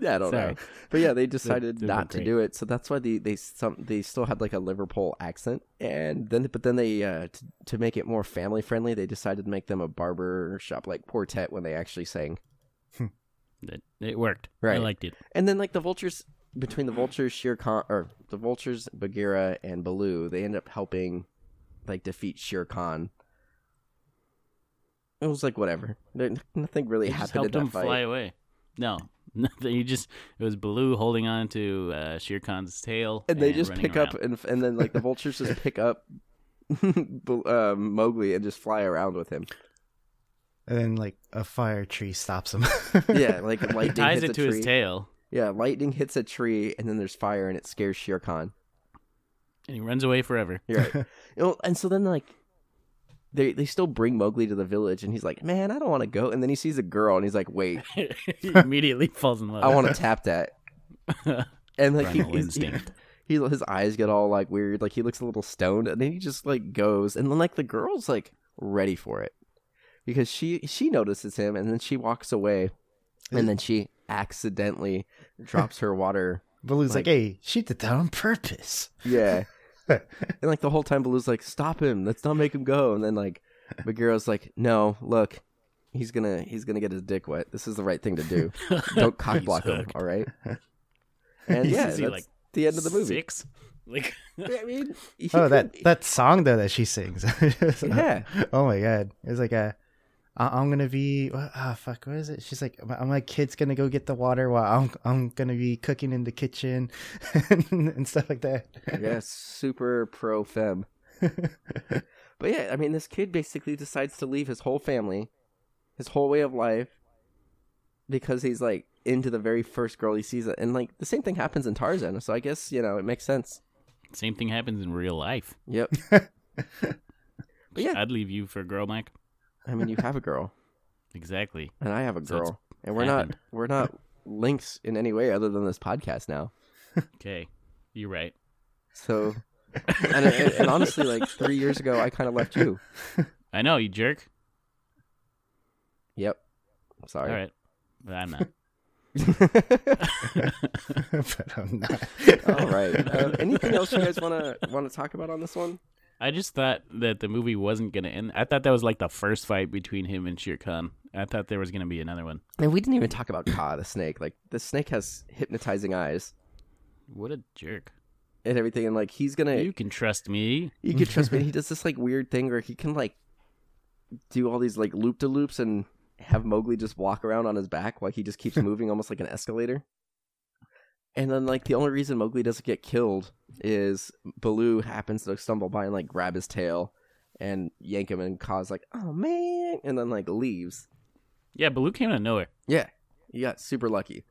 Speaker 1: yeah, I don't know.
Speaker 2: Sorry.
Speaker 1: But yeah, they decided
Speaker 2: they've been
Speaker 1: not to
Speaker 2: great.
Speaker 1: do it. So that's why they they some they still had like a Liverpool accent, and then but then they uh, t- to make it more family friendly, they decided to make them a barber shop like quartet when they actually sang.
Speaker 2: It, it worked. I
Speaker 1: Right.
Speaker 2: liked it.
Speaker 1: And then like the vultures between the vultures, Shere Khan or the vultures, Bagheera and Baloo, they end up helping like defeat Shere Khan. It was like whatever. There, nothing really
Speaker 2: They just
Speaker 1: happened in
Speaker 2: helped
Speaker 1: that
Speaker 2: them
Speaker 1: fight.
Speaker 2: fly away. No. [laughs] Nothing. You just it was Baloo holding on to uh, Shere Khan's tail,
Speaker 1: and they just
Speaker 2: running
Speaker 1: pick
Speaker 2: around.
Speaker 1: up and and then like the vultures just pick up [laughs] Bul- uh, Mowgli and just fly around with him.
Speaker 3: [laughs] And then, like, a fire tree stops him. [laughs]
Speaker 1: Yeah, like lightning
Speaker 2: ties
Speaker 1: hits
Speaker 2: it
Speaker 1: a
Speaker 2: to
Speaker 1: tree.
Speaker 2: his tail,
Speaker 1: Yeah, lightning hits a tree and then there's fire and it scares Shere Khan.
Speaker 2: and he runs away forever. [laughs]
Speaker 1: You're right. You know, and so then like they they still bring Mowgli to the village, and he's like, "Man, I don't want to go." And then he sees a girl, and he's like, "Wait, [laughs]
Speaker 2: he immediately falls in love.
Speaker 1: I
Speaker 2: [laughs]
Speaker 1: want to tap that." And like he,
Speaker 2: Primal
Speaker 1: he's- he,
Speaker 2: instinct.
Speaker 1: he his eyes get all like weird, like he looks a little stoned, and then he just like goes, and then like the girl's like ready for it because she she notices him, and then she walks away, and then she
Speaker 3: [laughs]
Speaker 1: accidentally drops her water
Speaker 3: Baloo's
Speaker 1: Like-
Speaker 3: like, hey, she did that on purpose. [laughs]
Speaker 1: Yeah. [laughs] and like the whole time Baloo's like, stop him, let's not make him go. And then like Bagheera's like, No, look, he's gonna he's gonna get his dick wet. This is the right thing to
Speaker 3: [laughs]
Speaker 1: do. [laughs] Don't cock block
Speaker 2: He's
Speaker 1: him,
Speaker 2: hooked.
Speaker 1: all right? And
Speaker 2: Is
Speaker 1: yeah, that's
Speaker 2: he, like,
Speaker 1: the end of the movie.
Speaker 2: Six. [laughs] Like
Speaker 1: I mean he
Speaker 3: Oh,
Speaker 1: could-
Speaker 3: that
Speaker 1: [laughs]
Speaker 3: that song though that she sings. [laughs]
Speaker 1: Yeah.
Speaker 3: Oh my god, it's like a. I- I'm gonna be. what- Ah, fuck. What is it? She's like, my, my kid's gonna go get the water while I'm I'm gonna be cooking in the kitchen [laughs] and stuff like that. [laughs]
Speaker 1: Yeah, super pro femme. But yeah, I mean this kid basically decides to leave his whole family, his whole way of life, because he's like into the very first girl he sees and like the same thing happens in Tarzan, so I guess, you know, it makes sense.
Speaker 2: same thing happens in real life.
Speaker 1: Yep. But yeah.
Speaker 2: I'd leave you for a girl, Mike.
Speaker 1: I mean, you have a girl,
Speaker 2: Exactly.
Speaker 1: and I have a
Speaker 2: So it's
Speaker 1: girl, and we're
Speaker 2: happened.
Speaker 1: not we're not links in any way other than this podcast now.
Speaker 2: Okay, you're right. [laughs]
Speaker 1: So, and, and, and honestly, like three years ago, I kind of left you.
Speaker 2: I know you jerk.
Speaker 1: Yep. I'm
Speaker 2: All
Speaker 1: sorry.
Speaker 2: right, but I'm not.
Speaker 1: [laughs]
Speaker 3: but I'm not.
Speaker 1: All right. [laughs] Uh, anything else you guys want to want to talk about on this one?
Speaker 2: I just thought that the movie wasn't gonna end. I thought that was like the first fight between him and Shere Khan. I thought there was gonna be another one.
Speaker 1: And we didn't even talk about Ka the snake. Like the snake has hypnotizing eyes
Speaker 2: What a jerk!
Speaker 1: and everything, and like he's gonna
Speaker 2: You can trust me.
Speaker 1: You can trust me. He does this like weird thing where he can like do all these like loop de loops and have Mowgli just walk around on his back while he just [laughs] keeps moving almost like an escalator. And then like the only reason Mowgli doesn't get killed is Baloo happens to stumble by and like grab his tail and yank him and cause like, oh man and then like leaves.
Speaker 2: Yeah, Baloo came out of nowhere.
Speaker 1: Yeah. You got super lucky.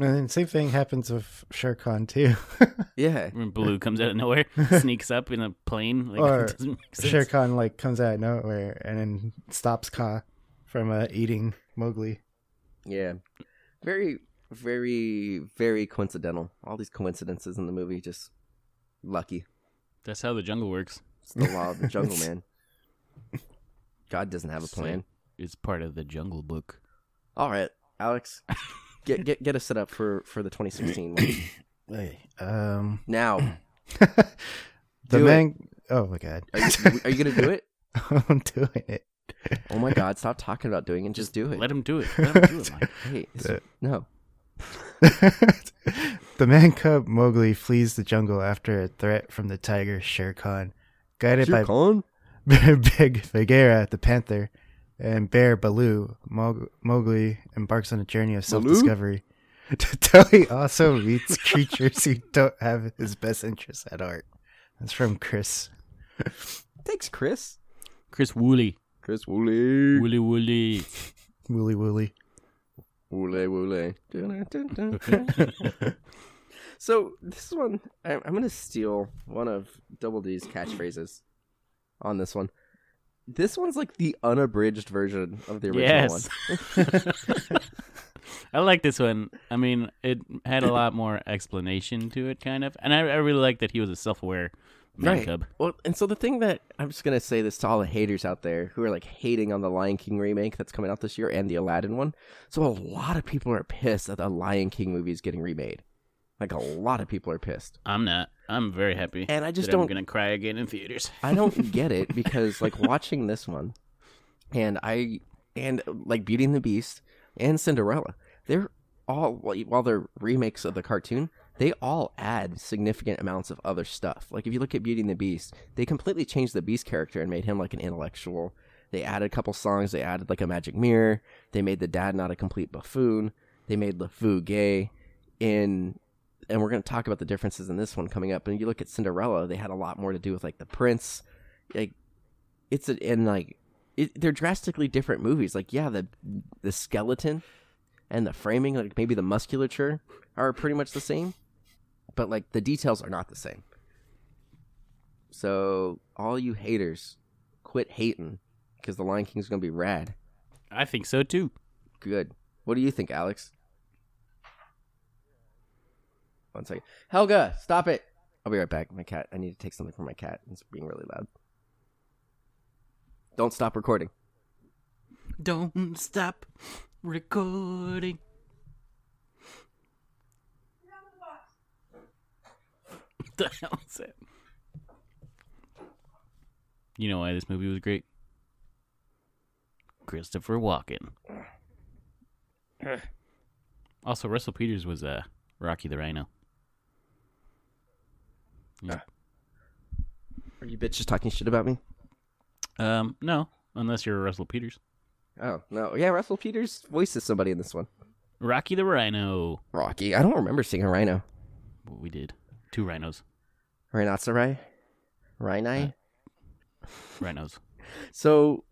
Speaker 3: And then same thing happens with Shere
Speaker 1: [laughs]
Speaker 3: Khan too.
Speaker 1: Yeah.
Speaker 2: When
Speaker 3: [laughs]
Speaker 2: Baloo comes out of nowhere, sneaks up in a plane. Like, [laughs]
Speaker 3: Or
Speaker 2: it doesn't make sense.
Speaker 3: Shere Khan like comes out of nowhere and then stops Ka from uh, eating Mowgli.
Speaker 1: Yeah. Very, very, very coincidental. All these coincidences in the movie just lucky.
Speaker 2: That's how the jungle works.
Speaker 1: It's the law of the jungle, [laughs]
Speaker 3: It's-
Speaker 1: man. God doesn't have a
Speaker 2: Sick.
Speaker 1: plan.
Speaker 2: It's part of the Jungle Book.
Speaker 1: All right, Alex, get get get us set up for for the 2016 one [coughs]
Speaker 3: Um, [laughs]
Speaker 1: now.
Speaker 3: the
Speaker 1: Do it.
Speaker 3: man. Oh my god,
Speaker 1: Are you, are you gonna do it?
Speaker 3: [laughs] I'm doing it.
Speaker 1: Oh my God! Stop talking about doing it. Just do it.
Speaker 2: Let him do it. Let him
Speaker 3: [laughs]
Speaker 2: do it. Mike.
Speaker 1: Hey, it's-
Speaker 3: Do it.
Speaker 1: no.
Speaker 3: the man cub Mowgli flees the jungle after a threat from the tiger Shere Khan, guided by
Speaker 1: Colin?
Speaker 3: [laughs] Big Bagheera the panther and Bear Baloo. Mog- Mowgli embarks on a journey of
Speaker 1: Baloo?
Speaker 3: self-discovery. [laughs] Till he also meets creatures who don't have his best interests at heart. That's from Chris.
Speaker 1: Thanks, Chris.
Speaker 2: Chris Woolley.
Speaker 1: Chris Woolley.
Speaker 2: Woolley Woolley.
Speaker 3: Wooly Wooly.
Speaker 1: Woolley, Woolley. [laughs] so this one, I'm, I'm gonna steal one of Double D's catchphrases on this one. This one's like the unabridged version of the original one.
Speaker 2: Yes. [laughs] I like this one. I mean, it had a lot more explanation to it, kind of. And I, I really like that he was a self aware man
Speaker 1: Right.
Speaker 2: cub.
Speaker 1: Well, and so the thing that I'm just gonna say this to all the haters out there who are like hating on the Lion King remake that's coming out this year and the Aladdin one. So a lot of people are pissed that the Lion King movie is getting remade. Like a lot of people are pissed,
Speaker 2: I'm not. I'm very happy.
Speaker 1: and I just
Speaker 2: that I'm
Speaker 1: don't.
Speaker 2: going to cry again in theaters.
Speaker 1: [laughs] I don't get it because like watching this one, and I and like Beauty and the Beast and Cinderella, they're all while they're remakes of the cartoon, they all add significant amounts of other stuff. Like if you look at Beauty and the Beast, they completely changed the Beast character and made him like an intellectual. They added a couple songs. They added like a magic mirror. They made the dad not a complete buffoon. They made LeFou gay. In and we're going to talk about the differences in this one coming up. And you look at Cinderella, they had a lot more to do with like the prince. Like it's a, and like it, they're drastically different movies. Like yeah, the the skeleton and the framing, like maybe the musculature are pretty much the same, but like the details are not the same. So all you haters, quit hating because the Lion King's gonna be rad.
Speaker 2: [laughs] I think so too. [laughs]
Speaker 1: Good. What do you think, Alex? One second. Helga, stop it. I'll be right back. My cat. I need to take something from my cat. It's being really loud. Don't stop recording.
Speaker 2: Don't stop recording. What the hell is that? You know why this movie was great? Christopher
Speaker 1: [sighs]
Speaker 2: Walken. Also, Russell Peters was uh, Rocky the Rhino.
Speaker 1: Are you bitches talking shit about me?
Speaker 2: Um, no, unless you're Russell Peters.
Speaker 1: Oh no. Yeah, Russell Peters voices somebody in this one.
Speaker 2: Rocky the Rhino.
Speaker 1: Rocky. I don't remember seeing a rhino.
Speaker 2: What we did. Two rhinos.
Speaker 1: Rhinoceri. Rhini.
Speaker 2: Rhinos.
Speaker 1: So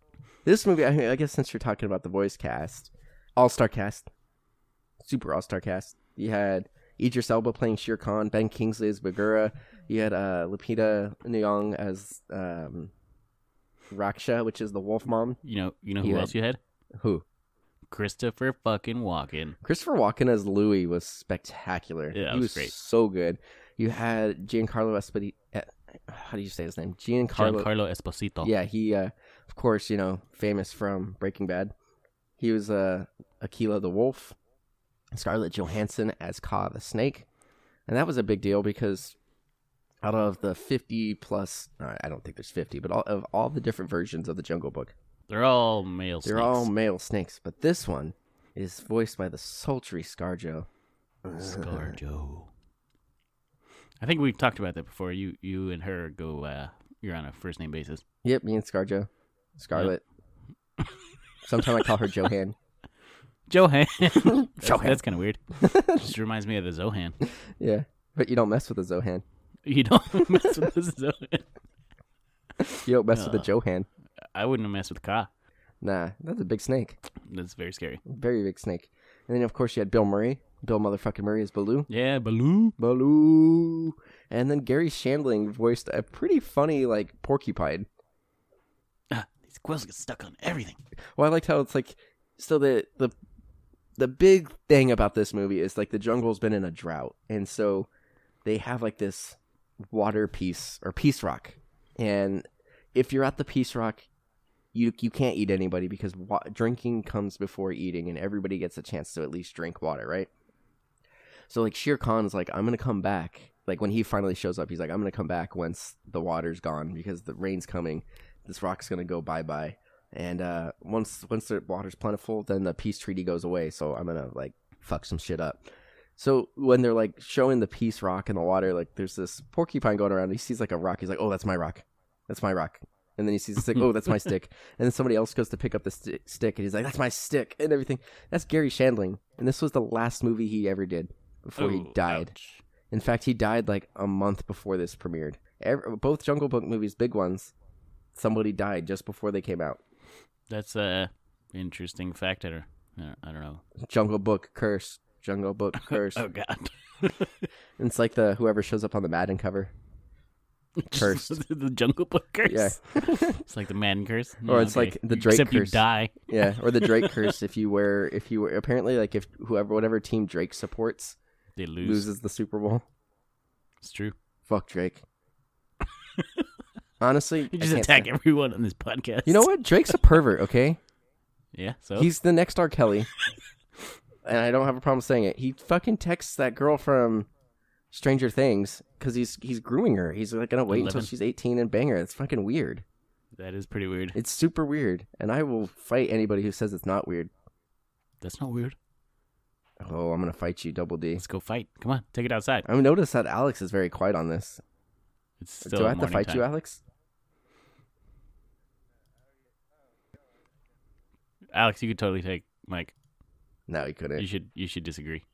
Speaker 1: this movie, I, mean, I guess since you're talking about the voice cast, all star cast, super all star cast. You had Idris Elba playing Shere Khan, Ben Kingsley as Bagura. You had uh, Lupita Nyong as um, Raksha, which is the wolf mom.
Speaker 2: You know, you know who
Speaker 1: You had-
Speaker 2: else you had?
Speaker 1: Who?
Speaker 2: Christopher fucking Walken.
Speaker 1: Christopher Walken as Louis was spectacular.
Speaker 2: Yeah, that
Speaker 1: he
Speaker 2: was great.
Speaker 1: So good. You had Giancarlo Esposito. eh, How do you say his name? Giancarlo.
Speaker 2: Giancarlo Esposito.
Speaker 1: Yeah, he, uh, of course, you know, famous from Breaking Bad. He was uh, Aquila the Wolf, Scarlett Johansson as Ka the Snake. And that was a big deal because out of the 50 plus, uh, I don't think there's 50, but all, of all the different versions of the Jungle Book,
Speaker 2: They're all male
Speaker 1: they're
Speaker 2: snakes.
Speaker 1: all male snakes. But this one is voiced by the sultry Scarjo.
Speaker 2: Scarjo. I think we've talked about that before. You you and her go uh you're on a first name basis.
Speaker 1: Yep, me and Scarjo. Scarlet. Sometimes I call her Johan.
Speaker 2: Johan. [laughs] that's,
Speaker 1: Johan.
Speaker 2: that's
Speaker 1: [laughs]
Speaker 2: kinda weird. Just reminds me of the Zohan. [laughs]
Speaker 1: Yeah, but you don't mess with the Zohan.
Speaker 2: You don't [laughs] mess with the Zohan.
Speaker 1: You don't mess with the Johan.
Speaker 2: I wouldn't mess with Ka.
Speaker 1: Nah, that's a big snake.
Speaker 2: That's very scary.
Speaker 1: Very big snake. And then, of course, you had Bill Murray. Bill motherfucking Murray is Baloo.
Speaker 2: Yeah, Baloo.
Speaker 1: Baloo. And then Gary Shandling voiced a pretty funny, like, porcupine.
Speaker 2: Ah, these quills get stuck on everything.
Speaker 1: Well, I liked how it's like, so the, the, the big thing about this movie is, like, the jungle's been in a drought. And so they have, like, this water piece or peace rock. And if you're at the peace rock, you, you can't eat anybody because wa- drinking comes before eating, and everybody gets a chance to at least drink water, right? So like Shere Khan is like, I'm gonna come back. Like when he finally shows up, he's like, I'm gonna come back once the water's gone because the rain's coming. This rock's gonna go bye bye. And uh, once once the water's plentiful, then the peace treaty goes away. So I'm gonna like fuck some shit up. So when they're like showing the peace rock in the water, like there's this porcupine going around. He sees like a rock. He's like, Oh, that's my rock. That's my rock. And then he sees a stick. Oh, that's my stick. And then somebody else goes to pick up the sti stick, and he's like, "That's my stick," and everything. That's Gary Shandling, and this was the last movie he ever did before he
Speaker 2: Ooh,
Speaker 1: died.
Speaker 2: ouch.
Speaker 1: In fact, he died like a month before this premiered. Ev- both Jungle Book movies, big ones, somebody died just before they came out.
Speaker 2: That's a interesting fact. I don't, I don't- I don't know.
Speaker 1: Jungle Book curse, Jungle
Speaker 2: [laughs]
Speaker 1: Book curse.
Speaker 2: Oh God.
Speaker 1: And it's like the whoever shows up on the Madden
Speaker 2: [laughs]
Speaker 1: cover, Cursed.
Speaker 2: Just [laughs] the Jungle Book curse.
Speaker 1: Yeah. [laughs]
Speaker 2: it's like the Madden curse.
Speaker 1: Or it's like the Drake
Speaker 2: Except
Speaker 1: curse.
Speaker 2: you die.
Speaker 1: yeah, or the
Speaker 2: [laughs]
Speaker 1: Drake curse. If you were, if you were apparently like if whoever whatever team Drake supports
Speaker 2: They lose.
Speaker 1: loses the Super Bowl.
Speaker 2: It's true.
Speaker 1: Fuck
Speaker 2: [laughs]
Speaker 1: Drake. Honestly,
Speaker 2: You
Speaker 1: I
Speaker 2: just
Speaker 1: can't
Speaker 2: attack
Speaker 1: stand-
Speaker 2: everyone on this podcast.
Speaker 1: You know what? Drake's a pervert. Okay,
Speaker 2: Yeah. So
Speaker 1: he's the next R.
Speaker 2: [laughs]
Speaker 1: Kelly, and I don't have a problem saying it. He fucking texts that girl from Stranger Things because he's he's grooming her. He's like gonna wait until
Speaker 2: 11.
Speaker 1: she's eighteen and bang her. It's fucking weird.
Speaker 2: that is pretty weird.
Speaker 1: It's super weird, and I will fight anybody who says it's not weird.
Speaker 2: That's not weird.
Speaker 1: Oh, I'm gonna fight you, Double D.
Speaker 2: Let's go fight. Come on, take it outside.
Speaker 1: I've noticed that Alex is very quiet on this.
Speaker 2: It's still
Speaker 1: Uh, Do I have to
Speaker 2: morning
Speaker 1: fight
Speaker 2: time.
Speaker 1: you, Alex?
Speaker 2: Alex, you could totally take Mike.
Speaker 1: No, he couldn't.
Speaker 2: You should. You should disagree.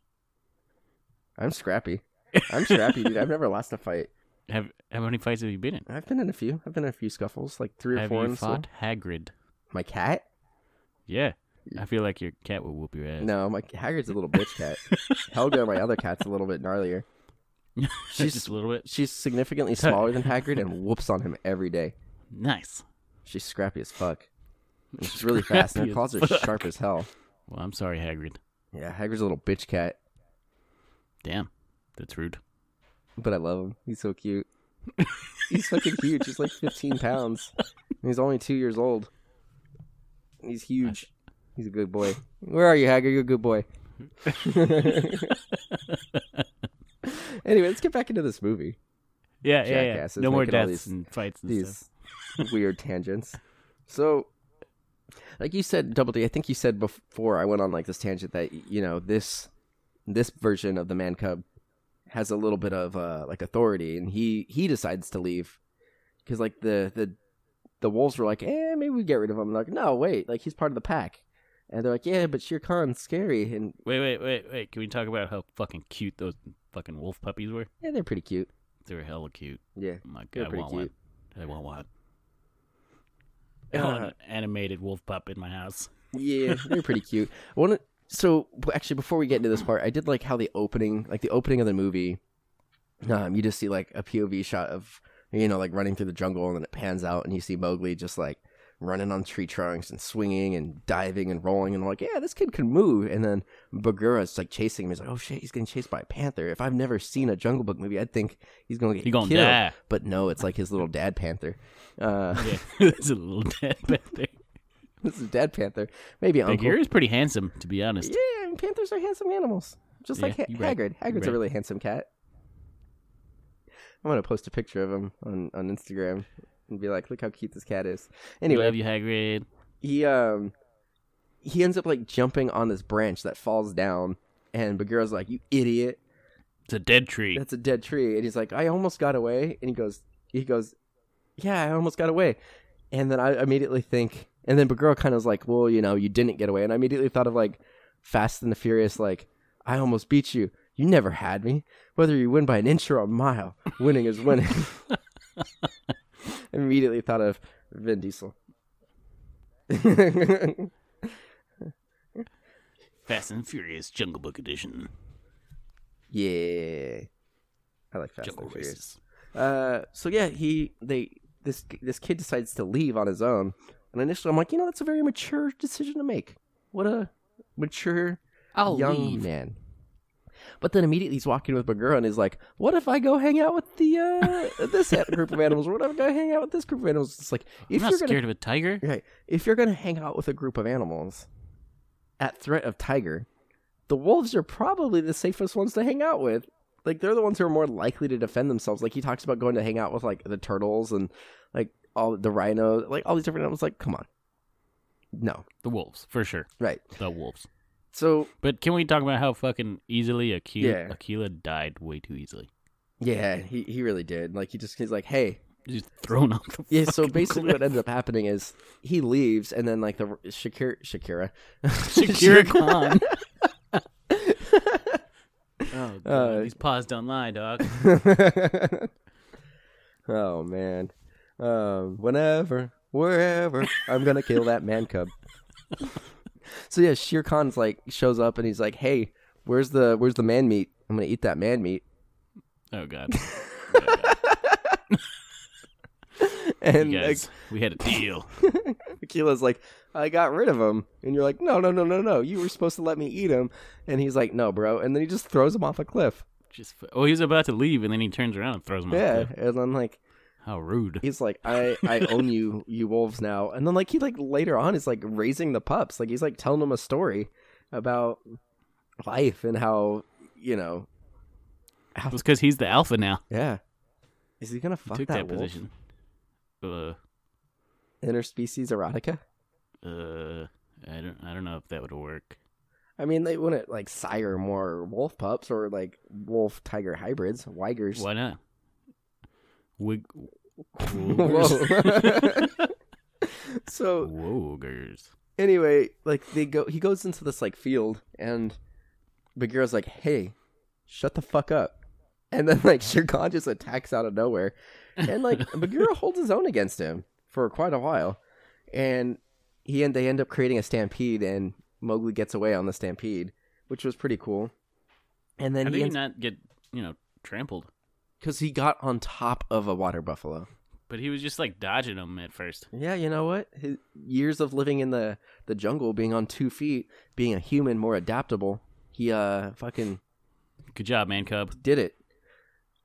Speaker 1: I'm
Speaker 2: [laughs]
Speaker 1: scrappy. I'm scrappy, dude. I've never lost a fight.
Speaker 2: Have How many fights have you been in?
Speaker 1: I've been in a few. I've been in a few scuffles, like three or
Speaker 2: Have
Speaker 1: four.
Speaker 2: you
Speaker 1: in this little-
Speaker 2: fought Hagrid?
Speaker 1: My cat?
Speaker 2: Yeah. I feel like your cat will whoop your ass.
Speaker 1: No, my Haggard's a little bitch
Speaker 2: [laughs]
Speaker 1: cat. Helga, my other cat's a little bit gnarlier.
Speaker 2: She's [laughs] just a little bit
Speaker 1: She's significantly smaller than Haggard and whoops on him every day.
Speaker 2: nice.
Speaker 1: She's scrappy as fuck. And she's really fast, and her claws
Speaker 2: Scrappy
Speaker 1: are
Speaker 2: as fuck.
Speaker 1: sharp as hell.
Speaker 2: Well, I'm sorry, Hagrid.
Speaker 1: Yeah, Hagrid's a little bitch cat,
Speaker 2: Damn, that's rude.
Speaker 1: but I love him. He's so cute. he's fucking huge. He's like 15 pounds. And he's only two years old. He's huge. He's a good boy. Where are you, Hagrid? You're a good boy. [laughs] anyway, let's get back into this movie.
Speaker 2: Yeah, yeah, yeah.
Speaker 1: Jackasses
Speaker 2: No more
Speaker 1: making all
Speaker 2: deaths
Speaker 1: these-
Speaker 2: and fights and stuff. [laughs]
Speaker 1: these weird tangents. So, like you said, Double D, I think you said before I went on like this tangent that you know this this version of the man cub has a little bit of uh, like authority, and he he decides to leave because like the the the wolves were like, eh, maybe we get rid of him. like, no, wait, like he's part of the pack, and they're like, yeah, but Shere Khan's scary, and
Speaker 2: Wait, wait, wait, wait. Can we talk about how fucking cute those fucking wolf puppies were?
Speaker 1: yeah, they're pretty cute.
Speaker 2: They were hella cute.
Speaker 1: Yeah,
Speaker 2: Oh my
Speaker 1: They're
Speaker 2: god, I
Speaker 1: pretty
Speaker 2: want
Speaker 1: cute.
Speaker 2: one. I
Speaker 1: [laughs]
Speaker 2: want one.
Speaker 1: Uh,
Speaker 2: I want an animated wolf pup in my house.
Speaker 1: Yeah, they're pretty cute. One, so b- actually, before we get into this part, I did like how the opening, like the opening of the movie, um, you just see like a POV shot of you know like running through the jungle, and then it pans out, and you see Mowgli just like running on tree trunks and swinging and diving and rolling, and I'm like, yeah, this kid can move. And then Bagheera's like chasing him. He's like, oh shit, he's getting chased by a panther. If I've never seen a Jungle Book movie, I'd think he's gonna get
Speaker 2: You gonna
Speaker 1: killed. [laughs]
Speaker 2: die?
Speaker 1: But no, it's like his little dad panther. Uh, [laughs]
Speaker 2: Yeah, there's a little [laughs] dead panther.
Speaker 1: this is dad panther, maybe uncle.
Speaker 2: Bagheera's pretty handsome, to be honest.
Speaker 1: Yeah, I mean, panthers are handsome animals, just
Speaker 2: Yeah,
Speaker 1: like ha-
Speaker 2: you're right.
Speaker 1: Hagrid.
Speaker 2: You're
Speaker 1: Hagrid's a
Speaker 2: right.
Speaker 1: really handsome cat. I'm gonna post a picture of him on on Instagram and be like, "Look how cute this cat is." Anyway,
Speaker 2: Anyway, love you, Hagrid.
Speaker 1: he um he ends up like jumping on this branch that falls down, and Bagheera's like, "You idiot!
Speaker 2: It's a dead tree.
Speaker 1: That's a dead tree." And he's like, "I almost got away," and he goes, "He goes, yeah, I almost got away," and then I immediately think, and then Bagheera kind of was like, "Well, you know, you didn't get away," and I immediately thought of like Fast and the Furious, like, I almost beat you. You never had me. Whether you win by an inch or a mile, winning is winning. [laughs] Immediately thought of Vin Diesel. [laughs]
Speaker 2: Fast and Furious Jungle Book Edition.
Speaker 1: yeah. I like Fast
Speaker 2: Jungle
Speaker 1: and Furious.
Speaker 2: races.
Speaker 1: Uh, so yeah, he they this this kid decides to leave on his own, and initially I'm like, you know, that's a very mature decision to make. What a mature
Speaker 2: I'll
Speaker 1: young
Speaker 2: leave.
Speaker 1: man. But then immediately he's walking with Bagheera and is like, "What if I go hang out with the uh, this [laughs] a- group of animals? What if I go hang out with this group of animals?" It's like
Speaker 2: I'm
Speaker 1: if
Speaker 2: not
Speaker 1: you're
Speaker 2: scared
Speaker 1: gonna
Speaker 2: of a tiger.
Speaker 1: right, if you're gonna hang out with a group of animals at threat of tiger, the wolves are probably the safest ones to hang out with. Like they're the ones who are more likely to defend themselves. Like he talks about going to hang out with like the turtles and like all the rhino, like all these different animals. Like, come on, no,
Speaker 2: The wolves, for sure.
Speaker 1: right?
Speaker 2: The wolves.
Speaker 1: So
Speaker 2: But can we talk about how fucking easily Akila,
Speaker 1: Yeah.
Speaker 2: Akila died way too easily?
Speaker 1: yeah, he he really did. Like he just he's like, hey,
Speaker 2: Just thrown off
Speaker 1: [laughs]
Speaker 2: the
Speaker 1: Yeah, so
Speaker 2: fucking
Speaker 1: basically
Speaker 2: cliff.
Speaker 1: what ends up happening is he leaves and then like the Shakira Shakira
Speaker 2: Shakira
Speaker 1: [laughs]
Speaker 2: Khan. oh, God.
Speaker 1: Uh,
Speaker 2: These paws don't lie, dog.
Speaker 1: [laughs] oh man. Um whenever, wherever I'm gonna kill that man cub. [laughs] so yeah, Shere Khan's like shows up and he's like, Hey, where's the where's the man meat? I'm gonna eat that man meat. [laughs]
Speaker 2: Oh, God. Oh, God.
Speaker 1: And
Speaker 2: You
Speaker 1: like,
Speaker 2: guys, we had a deal.
Speaker 1: Aquila's like, I got rid of him. And you're like, no, no, no, no, no. You were supposed to let me eat him. And he's like, no, bro. And then he just throws him off a cliff.
Speaker 2: Just fu- Oh, he was about to leave, and then he turns around and throws him off
Speaker 1: Yeah.
Speaker 2: the cliff.
Speaker 1: And I'm like,
Speaker 2: How rude.
Speaker 1: he's
Speaker 2: [laughs]
Speaker 1: like, I, I own you, you wolves now. And then like, he like later on is like raising the pups. Like he's like telling them a story about life and how, you know,
Speaker 2: It was because he's the alpha now.
Speaker 1: yeah. Is he going to
Speaker 2: He
Speaker 1: fuck
Speaker 2: took
Speaker 1: that,
Speaker 2: that,
Speaker 1: wolf?
Speaker 2: position. Uh,
Speaker 1: Interspecies erotica?
Speaker 2: uh, I don't, I don't know if that would work.
Speaker 1: I mean, they wouldn't like sire more wolf pups or like wolf tiger hybrids, wigers.
Speaker 2: Why not? Wig,
Speaker 1: [laughs] Whoa. [laughs] so
Speaker 2: wogers.
Speaker 1: anyway, like they go, he goes into this like field, and Bagheera's like, "Hey, shut the fuck up," and then like [laughs] Shere Khan just attacks out of nowhere, and like Bagheera holds his own against him for quite a while, and he and they end up creating a stampede, and Mowgli gets away on the stampede, which was pretty cool, and
Speaker 2: How
Speaker 1: then
Speaker 2: did
Speaker 1: he
Speaker 2: he
Speaker 1: ends
Speaker 2: not get you know trampled?
Speaker 1: because he got on top of a water buffalo.
Speaker 2: But he was just like dodging them at first.
Speaker 1: Yeah, you know what? His years of living in the the jungle, being on two feet, being a human, more adaptable. He uh fucking
Speaker 2: Good job, man cub.
Speaker 1: did it.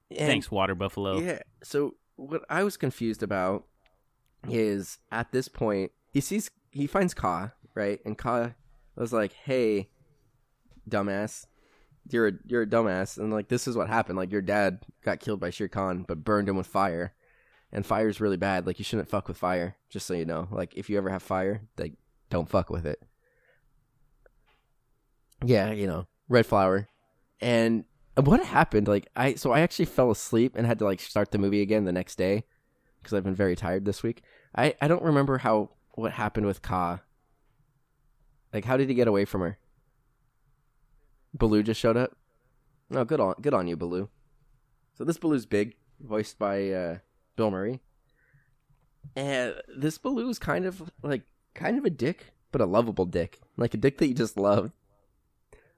Speaker 1: And-
Speaker 2: Thanks, water buffalo.
Speaker 1: Yeah. So what I was confused about is at this point he sees he finds Ka right, and Ka was like, "Hey, dumbass, you're a you're a dumbass," and like this is what happened. Like your dad got killed by Shere Khan, but burned him with fire, and fire's really bad. Like you shouldn't fuck with fire. Just so you know, like if you ever have fire, like don't fuck with it. Yeah, you know, red flower, and what happened like i so i actually fell asleep and had to like start the movie again the next day because i've been very tired this week i i don't remember how what happened with ka like how did he get away from her baloo just showed up no good on good on you baloo so this baloo's big voiced by uh bill murray and this baloo is kind of like kind of a dick but a lovable dick like a dick that you just love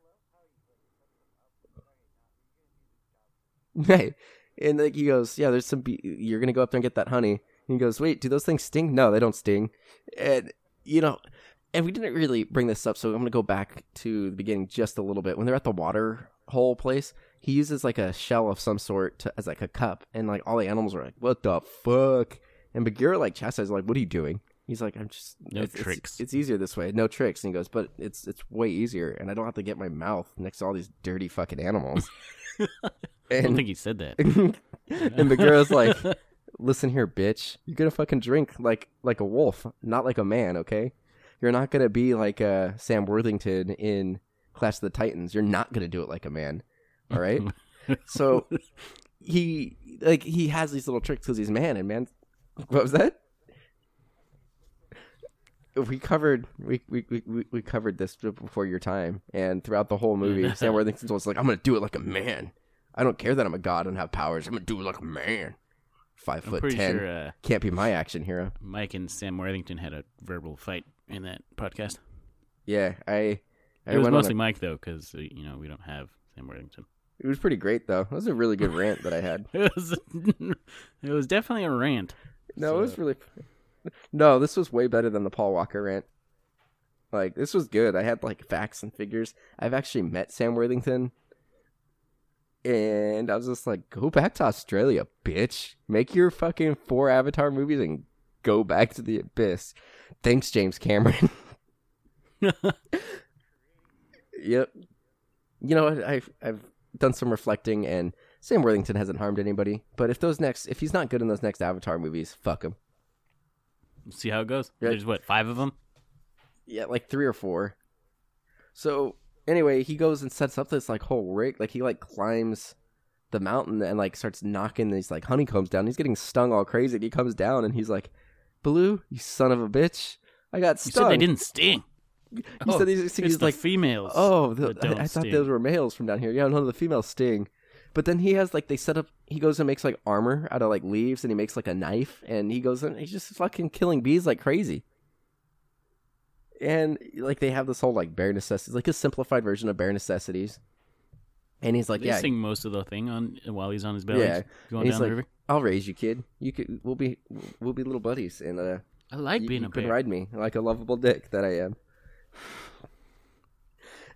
Speaker 1: [laughs] Right. And like he goes, yeah, there's some. Be- you're gonna go up there and get that honey. And he goes, wait, do those things sting? No, they don't sting. And you know, and we didn't really bring this up, so I'm gonna go back to the beginning just a little bit. When they're at the water hole place, he uses like a shell of some sort to, as like a cup, and like all the animals are like, what the fuck? And Bagheera like chastises, like, what are you doing? He's like, I'm just
Speaker 2: No
Speaker 1: it's- it's-
Speaker 2: tricks.
Speaker 1: it's easier this way. No tricks. And he goes, but it's it's way easier, and I don't have to get my mouth next to all these dirty fucking animals.
Speaker 2: [laughs] I don't
Speaker 1: and
Speaker 2: think he said
Speaker 1: [laughs]
Speaker 2: that.
Speaker 1: and the girl's
Speaker 2: [laughs]
Speaker 1: like, [laughs] "Listen here, bitch. You're gonna fucking drink like like a wolf, not like a man. Okay, you're not gonna be like uh, Sam Worthington in Clash of the Titans. You're not gonna do it like a man. All right. so he like he has these little tricks because he's a man. And man, what was that? We covered we we, we- we we covered this before your time, and throughout the whole movie, Sam Worthington was like, "I'm gonna do it like a man." I don't care that I'm a god and have powers. I'm gonna do it like a man. 5
Speaker 2: I'm
Speaker 1: foot
Speaker 2: pretty
Speaker 1: ten
Speaker 2: sure uh,
Speaker 1: can't be my action hero.
Speaker 2: Mike and Sam Worthington had a verbal fight in that podcast.
Speaker 1: Yeah, I. I
Speaker 2: It was
Speaker 1: went on
Speaker 2: mostly Mike though, because you know we don't have Sam Worthington. [laughs]
Speaker 1: a- it was pretty great though. That was a really good rant that I had.
Speaker 2: It was, [laughs] it was definitely a rant. [laughs]
Speaker 1: No, it was
Speaker 2: So-
Speaker 1: really. [laughs] No, this was way better than the Paul Walker rant. Like this was good. I had like facts and figures. I've actually met Sam Worthington, and I was just like, "Go back to Australia, bitch! Make your fucking four Avatar movies and go back to the abyss." Thanks, James Cameron. yep. You know, what? I've I've done some reflecting, and Sam Worthington hasn't harmed anybody. But if those next, if he's not good in those next Avatar movies, fuck him.
Speaker 2: We'll see how it goes.
Speaker 1: Yeah.
Speaker 2: There's what five of them.
Speaker 1: yeah, like three or four. So anyway, he goes and sets up this like whole rig. Like he like climbs the mountain and like starts knocking these like honeycombs down. He's getting stung all crazy. And he comes down and he's like, "Blue, you son of a bitch! I got
Speaker 2: You
Speaker 1: stung."
Speaker 2: said they didn't sting.
Speaker 1: He said these-
Speaker 2: it's
Speaker 1: he's
Speaker 2: the
Speaker 1: like,
Speaker 2: females.
Speaker 1: Oh, the,
Speaker 2: that
Speaker 1: I,
Speaker 2: don't
Speaker 1: I thought
Speaker 2: sting.
Speaker 1: those were males from down here. Yeah, no, the females sting. But then he has like they set up. He goes and makes like armor out of like leaves, and he makes like a knife, and he goes and he's just fucking killing bees like crazy. And like they have this whole like bare necessities, like a simplified version of bare necessities. And he's like,
Speaker 2: they
Speaker 1: yeah,
Speaker 2: sing most of the thing on while he's on his belly.
Speaker 1: Yeah.
Speaker 2: going
Speaker 1: And he's
Speaker 2: down
Speaker 1: like-
Speaker 2: the river.
Speaker 1: I'll raise you, kid. You could, we'll be, we'll be little buddies, and uh,
Speaker 2: I like
Speaker 1: you,
Speaker 2: being
Speaker 1: you
Speaker 2: a
Speaker 1: can
Speaker 2: bear.
Speaker 1: ride me like a lovable dick that I am.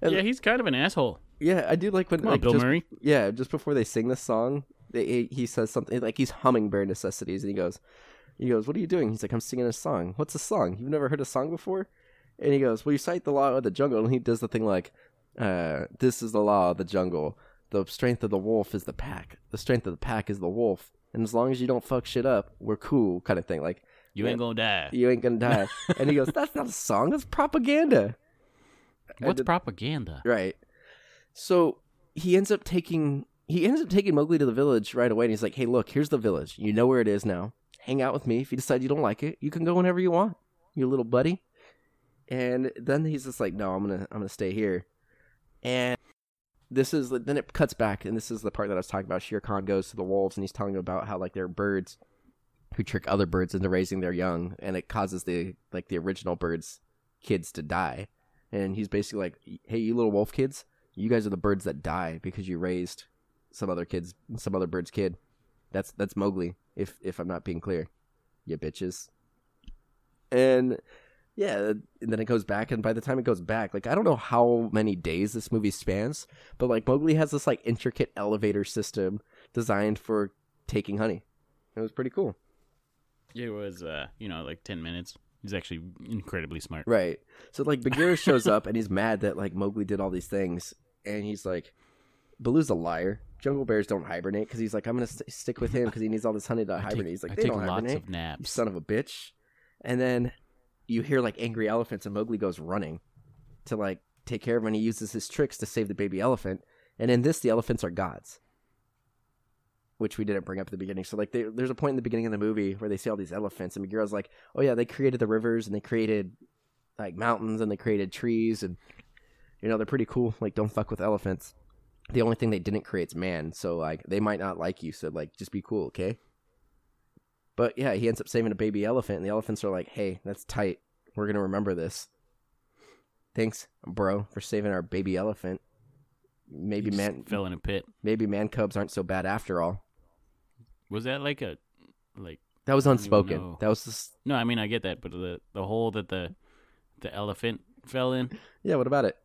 Speaker 2: Yeah, he's kind of an asshole.
Speaker 1: Yeah, I do like when
Speaker 2: Come on,
Speaker 1: like,
Speaker 2: Bill
Speaker 1: just-
Speaker 2: Murray.
Speaker 1: Yeah, just before they sing this song, they, he says something like he's humming bare necessities, and he goes, he goes, "What are you doing?" He's like, "I'm singing a song." What's a song? You've never heard a song before? And he goes, "Well, you cite the law of the jungle," and he does the thing like, uh, "This is the law of the jungle. The strength of the wolf is the pack. The strength of the pack is the wolf. And as long as you don't fuck shit up, we're cool," kind of thing. Like
Speaker 2: You
Speaker 1: Yeah.
Speaker 2: ain't gonna die.
Speaker 1: you ain't gonna die. and he goes, "That's not a song. That's propaganda." I
Speaker 2: What's
Speaker 1: did-
Speaker 2: propaganda?
Speaker 1: Right. So he ends up taking he ends up taking Mowgli to the village right away, and he's like, "Hey, look, here's the village. You know where it is now. Hang out with me. If you decide you don't like it, you can go whenever you want, you little buddy." And then he's just like, "No, I'm gonna I'm gonna stay here." And this is then it cuts back, and this is the part that I was talking about. Shere Khan goes to the wolves, and he's telling them about how like they're birds who trick other birds into raising their young, and it causes the like the original birds kids to die and he's basically like, "Hey, you little wolf kids, you guys are the birds that die because you raised some other kids, some other bird's kid. That's that's Mowgli. If if I'm not being clear, you bitches. And yeah, and then it goes back, and by the time it goes back, like I don't know how many days this movie spans, but like Mowgli has this like intricate elevator system designed for taking honey. It was pretty cool.
Speaker 2: It was, uh, you know, like 10 minutes. He's actually incredibly smart.
Speaker 1: Right. So like Bagheera shows up and he's mad that like Mowgli did all these things, and he's like, "Baloo's a liar. Jungle bears don't hibernate." Because he's like, "I'm gonna st- stick with him because he needs all this honey to
Speaker 2: [laughs] I
Speaker 1: hibernate."
Speaker 2: take,
Speaker 1: he's like,
Speaker 2: I
Speaker 1: "They
Speaker 2: take
Speaker 1: don't
Speaker 2: lots
Speaker 1: hibernate."
Speaker 2: of naps.
Speaker 1: you son of a bitch. And then you hear like angry elephants, and Mowgli goes running to like take care of him, and he uses his tricks to save the baby elephant. And in this, the elephants are gods, which we didn't bring up at the beginning. So, like, they, there's a point in the beginning of the movie where they see all these elephants, and Bagheera's like, oh, yeah, they created the rivers, and they created like mountains, and they created trees, and you know, they're pretty cool. Like, don't fuck with elephants. The only thing they didn't create is man, so like they might not like you, so like just be cool, okay? But yeah, he ends up saving a baby elephant, and the elephants are like, "Hey, that's tight. We're gonna remember this. Thanks, bro, for saving our baby elephant.
Speaker 2: He
Speaker 1: Maybe
Speaker 2: just
Speaker 1: man,
Speaker 2: fell in a pit.
Speaker 1: maybe man cubs aren't so bad after all."
Speaker 2: Was that like a, like,
Speaker 1: That was
Speaker 2: don't even
Speaker 1: unspoken.
Speaker 2: know.
Speaker 1: That was just
Speaker 2: Oh, no, I mean, I get that, but the, the hole that the, the elephant fell in,
Speaker 1: yeah. What about it?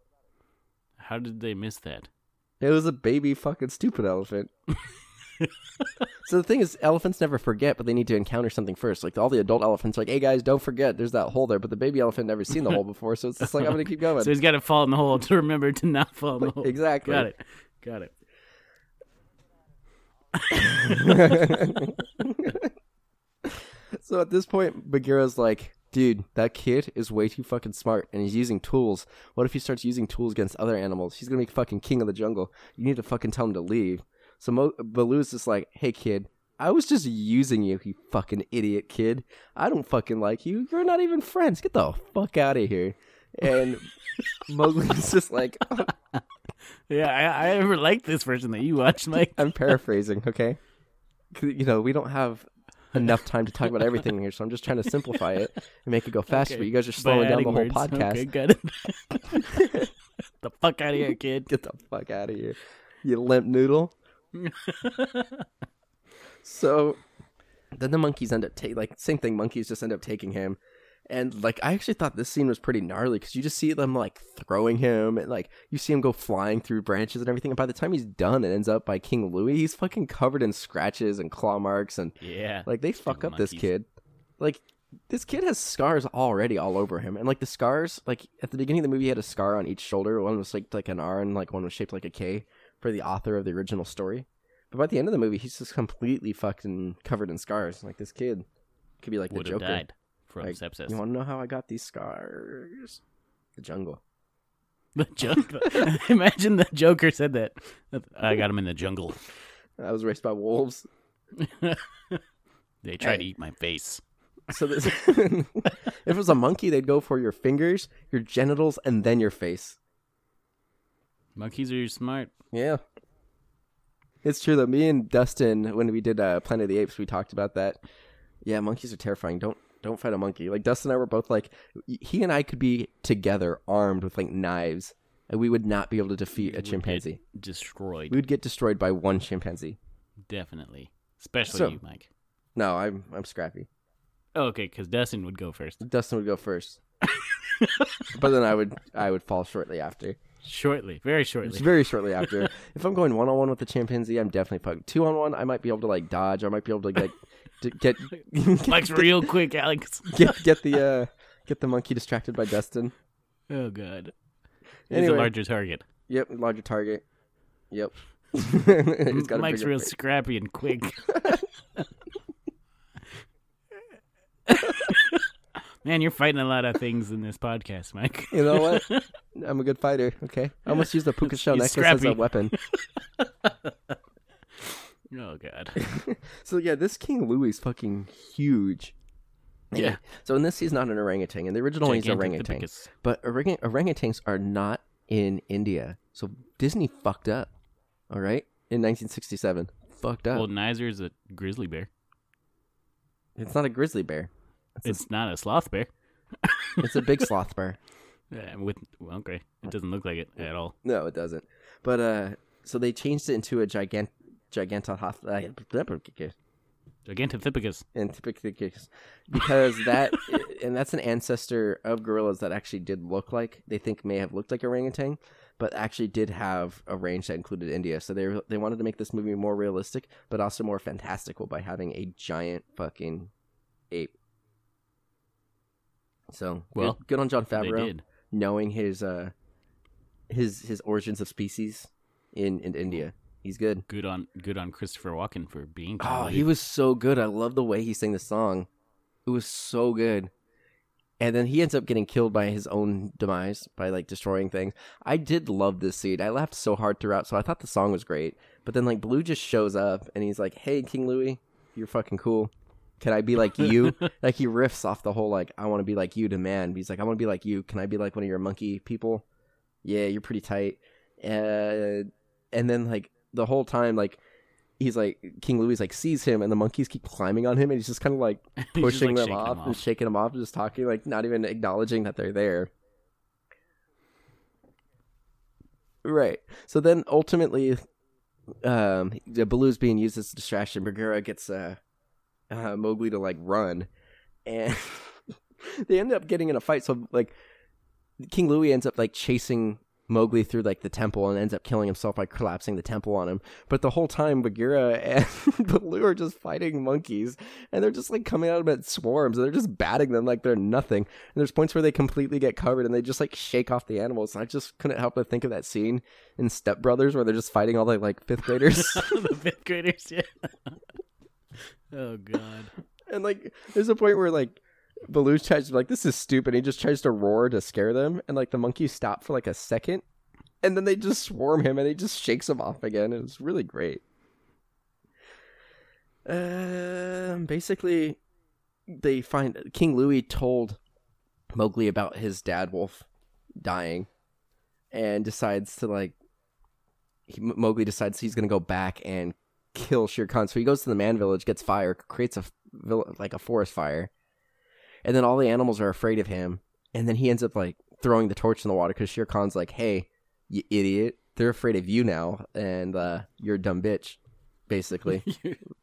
Speaker 2: how did they miss that?
Speaker 1: It was a baby fucking stupid elephant. so the thing is, elephants never forget, but they need to encounter something first. Like all the adult elephants, are like, "Hey guys, don't forget, there's that hole there." But the baby elephant never seen
Speaker 2: [laughs]
Speaker 1: the hole before, so it's just like, "I'm gonna keep going."
Speaker 2: So he's got to fall in the hole to remember to not fall in the hole.
Speaker 1: exactly.
Speaker 2: Got it. Got it.
Speaker 1: so at this point, Bagheera's like, dude, that kid is way too fucking smart and he's using tools. What if he starts using tools against other animals? He's gonna be fucking king of the jungle. You need to fucking tell him to leave. So Mo- Baloo's just like, hey, kid. I was just using you, you fucking idiot kid. I don't fucking like you. You're not even friends. Get the fuck out of here. And Mowgli's just like,
Speaker 2: Yeah, I, I never liked this version that you watched, [laughs] Mike.
Speaker 1: I'm paraphrasing, okay? 'Cause, You know, we don't have enough time to talk about everything here, so I'm just trying to simplify it and make it go faster.
Speaker 2: Okay,
Speaker 1: But you guys are
Speaker 2: by
Speaker 1: slowing down the
Speaker 2: adding
Speaker 1: whole
Speaker 2: words.
Speaker 1: podcast.
Speaker 2: Okay, got it.
Speaker 1: [laughs]
Speaker 2: the fuck out of here, kid.
Speaker 1: Get the fuck out of here, you limp
Speaker 2: [laughs]
Speaker 1: noodle. so then the monkeys end up taking, like, same thing, monkeys just end up taking him. And, like, I actually thought this scene was pretty gnarly because you just see them, like, throwing him and, like, you see him go flying through branches and everything. And by the time he's done and ends up by King Louis, he's fucking covered in scratches and claw marks and
Speaker 2: Yeah.
Speaker 1: Like they fuck
Speaker 2: Stupid
Speaker 1: up this
Speaker 2: monkeys.
Speaker 1: kid. Like this kid has scars already all over him, and like the scars, like at the beginning of the movie, he had a scar on each shoulder. One was shaped like an R, and like one was shaped like a K for the author of the original story. But by the end of the movie, he's just completely fucking covered in scars. Like this kid could be like
Speaker 2: would
Speaker 1: the
Speaker 2: have
Speaker 1: Joker.
Speaker 2: died from
Speaker 1: Like,
Speaker 2: sepsis.
Speaker 1: You want to know how I got these scars? The jungle.
Speaker 2: the jungle. [laughs] Imagine the Joker said that. I got him in the jungle.
Speaker 1: I was raised by wolves.
Speaker 2: They tried to
Speaker 1: Hey.
Speaker 2: eat my face.
Speaker 1: So
Speaker 2: [laughs]
Speaker 1: this, [laughs] if it was a monkey, they'd go for your fingers, your genitals, and then your face.
Speaker 2: Monkeys are smart.
Speaker 1: Yeah. It's true though. Me and Dustin, when we did uh, Planet of the Apes, we talked about that. Yeah, monkeys are terrifying. Don't don't fight a monkey. Like Dustin and I were both like, he and I could be together, armed with like knives, and we would not be able to defeat a
Speaker 2: Would get
Speaker 1: chimpanzee.
Speaker 2: Destroyed.
Speaker 1: We would get destroyed by one chimpanzee.
Speaker 2: Definitely. Especially
Speaker 1: So-
Speaker 2: you, Mike.
Speaker 1: No, I'm I'm scrappy.
Speaker 2: Oh, okay, because Dustin would go first.
Speaker 1: Dustin would go first, but then I would I would fall shortly after.
Speaker 2: Shortly. Very
Speaker 1: It's [laughs]
Speaker 2: shortly.
Speaker 1: very shortly after. if I'm going one on one with the chimpanzee, I'm definitely fucked. Two on one, I might be able to like dodge. I might be able to like d- get
Speaker 2: Mike's real quick, Alex.
Speaker 1: get get the uh, get the monkey distracted by Dustin.
Speaker 2: Oh, God. He's a
Speaker 1: Anyway.
Speaker 2: larger target.
Speaker 1: Yep, larger target. [laughs] Yep. It's got a
Speaker 2: Mike's
Speaker 1: bigger
Speaker 2: real
Speaker 1: face.
Speaker 2: scrappy
Speaker 1: [laughs]
Speaker 2: and quick. Man, you're fighting a lot of things in this podcast, Mike. [laughs]
Speaker 1: You know what? I'm a good fighter. Okay, I almost used the puka shell
Speaker 2: He's
Speaker 1: necklace as a
Speaker 2: scrappy. [laughs]
Speaker 1: weapon.
Speaker 2: Oh
Speaker 1: [laughs]
Speaker 2: God.
Speaker 1: So yeah, this King Louis is fucking huge.
Speaker 2: Yeah.
Speaker 1: So in this, he's not an orangutan. In the original, he's an
Speaker 2: Gigantic
Speaker 1: orangutan.
Speaker 2: Topicus.
Speaker 1: But orang- orangutans are not in India. So Disney fucked up. All right? In 1967. Fucked up.
Speaker 2: Well, Nizer is a grizzly bear.
Speaker 1: it's not a grizzly bear.
Speaker 2: It's not a sloth bear.
Speaker 1: It's a
Speaker 2: [laughs]
Speaker 1: big sloth bear.
Speaker 2: Uh, with well, okay,
Speaker 1: Uh.
Speaker 2: it doesn't look like it at all.
Speaker 1: No, it doesn't. But uh so they changed it into a gigant gigantophoth.
Speaker 2: Gigantopithecus.
Speaker 1: Antipithecus, because that [laughs] and that's an ancestor of gorillas that actually did look like they think may have looked like orangutan, but actually did have a range that included India. So they they wanted to make this movie more realistic, but also more fantastical by having a giant fucking ape. So well,
Speaker 2: Well,
Speaker 1: good, good on John
Speaker 2: They
Speaker 1: Favreau
Speaker 2: did.
Speaker 1: knowing his uh his his origins of species in in India. He's good.
Speaker 2: Good on good on Christopher Walken for being.
Speaker 1: Oh,
Speaker 2: talented.
Speaker 1: he was so good. I love the way he sang the song. It was so good. And then he ends up getting killed by his own demise by like destroying things. I did love this scene. I laughed so hard throughout, so I thought the song was great. But then like Blue just shows up and he's like, "Hey, King Louis, you're fucking cool. Can I be like you?" like he riffs off the whole like, "I want to be like you" to man. He's like, "I want to be like you. Can I be like one of your monkey people?" Yeah, you're pretty tight. Uh, and then like the whole time like he's like King Louis like sees him and the monkeys keep climbing on him and he's just kind of like
Speaker 2: [laughs] He's just,
Speaker 1: pushing
Speaker 2: like,
Speaker 1: them
Speaker 2: shaking
Speaker 1: off and shaking them off and just talking like not even acknowledging that they're there right so then ultimately um the baloo's being used as a distraction bagheera gets uh, uh mowgli to like run and [laughs] they end up getting in a fight so like king louis ends up like chasing mowgli through like the temple and ends up killing himself by collapsing the temple on him but the whole time bagheera and [laughs] baloo are just fighting monkeys and they're just like coming out of it in swarms and they're just batting them like they're nothing. And there's points where they completely get covered and they just like shake off the animals. And I just couldn't help but think of that scene in Step Brothers where they're just fighting all the like fifth
Speaker 2: [laughs]
Speaker 1: graders.
Speaker 2: the fifth graders. Yeah. [laughs] oh God.
Speaker 1: [laughs] and like there's a point where like Baloo tries to be like this is stupid. He just tries to roar to scare them, and like the monkeys stop for like a second, and then they just swarm him, and he just shakes him off again. It was really great. Um, basically, they find King Louis told Mowgli about his dad wolf dying, and decides to like. He, Mowgli decides he's gonna go back and kill Shere Khan. So he goes to the man village, gets fire, creates a vill- like a forest fire, and then all the animals are afraid of him. And then he ends up like throwing the torch in the water because Shere Khan's like, "Hey, you idiot! They're afraid of you now, and uh, you're a dumb bitch." Basically,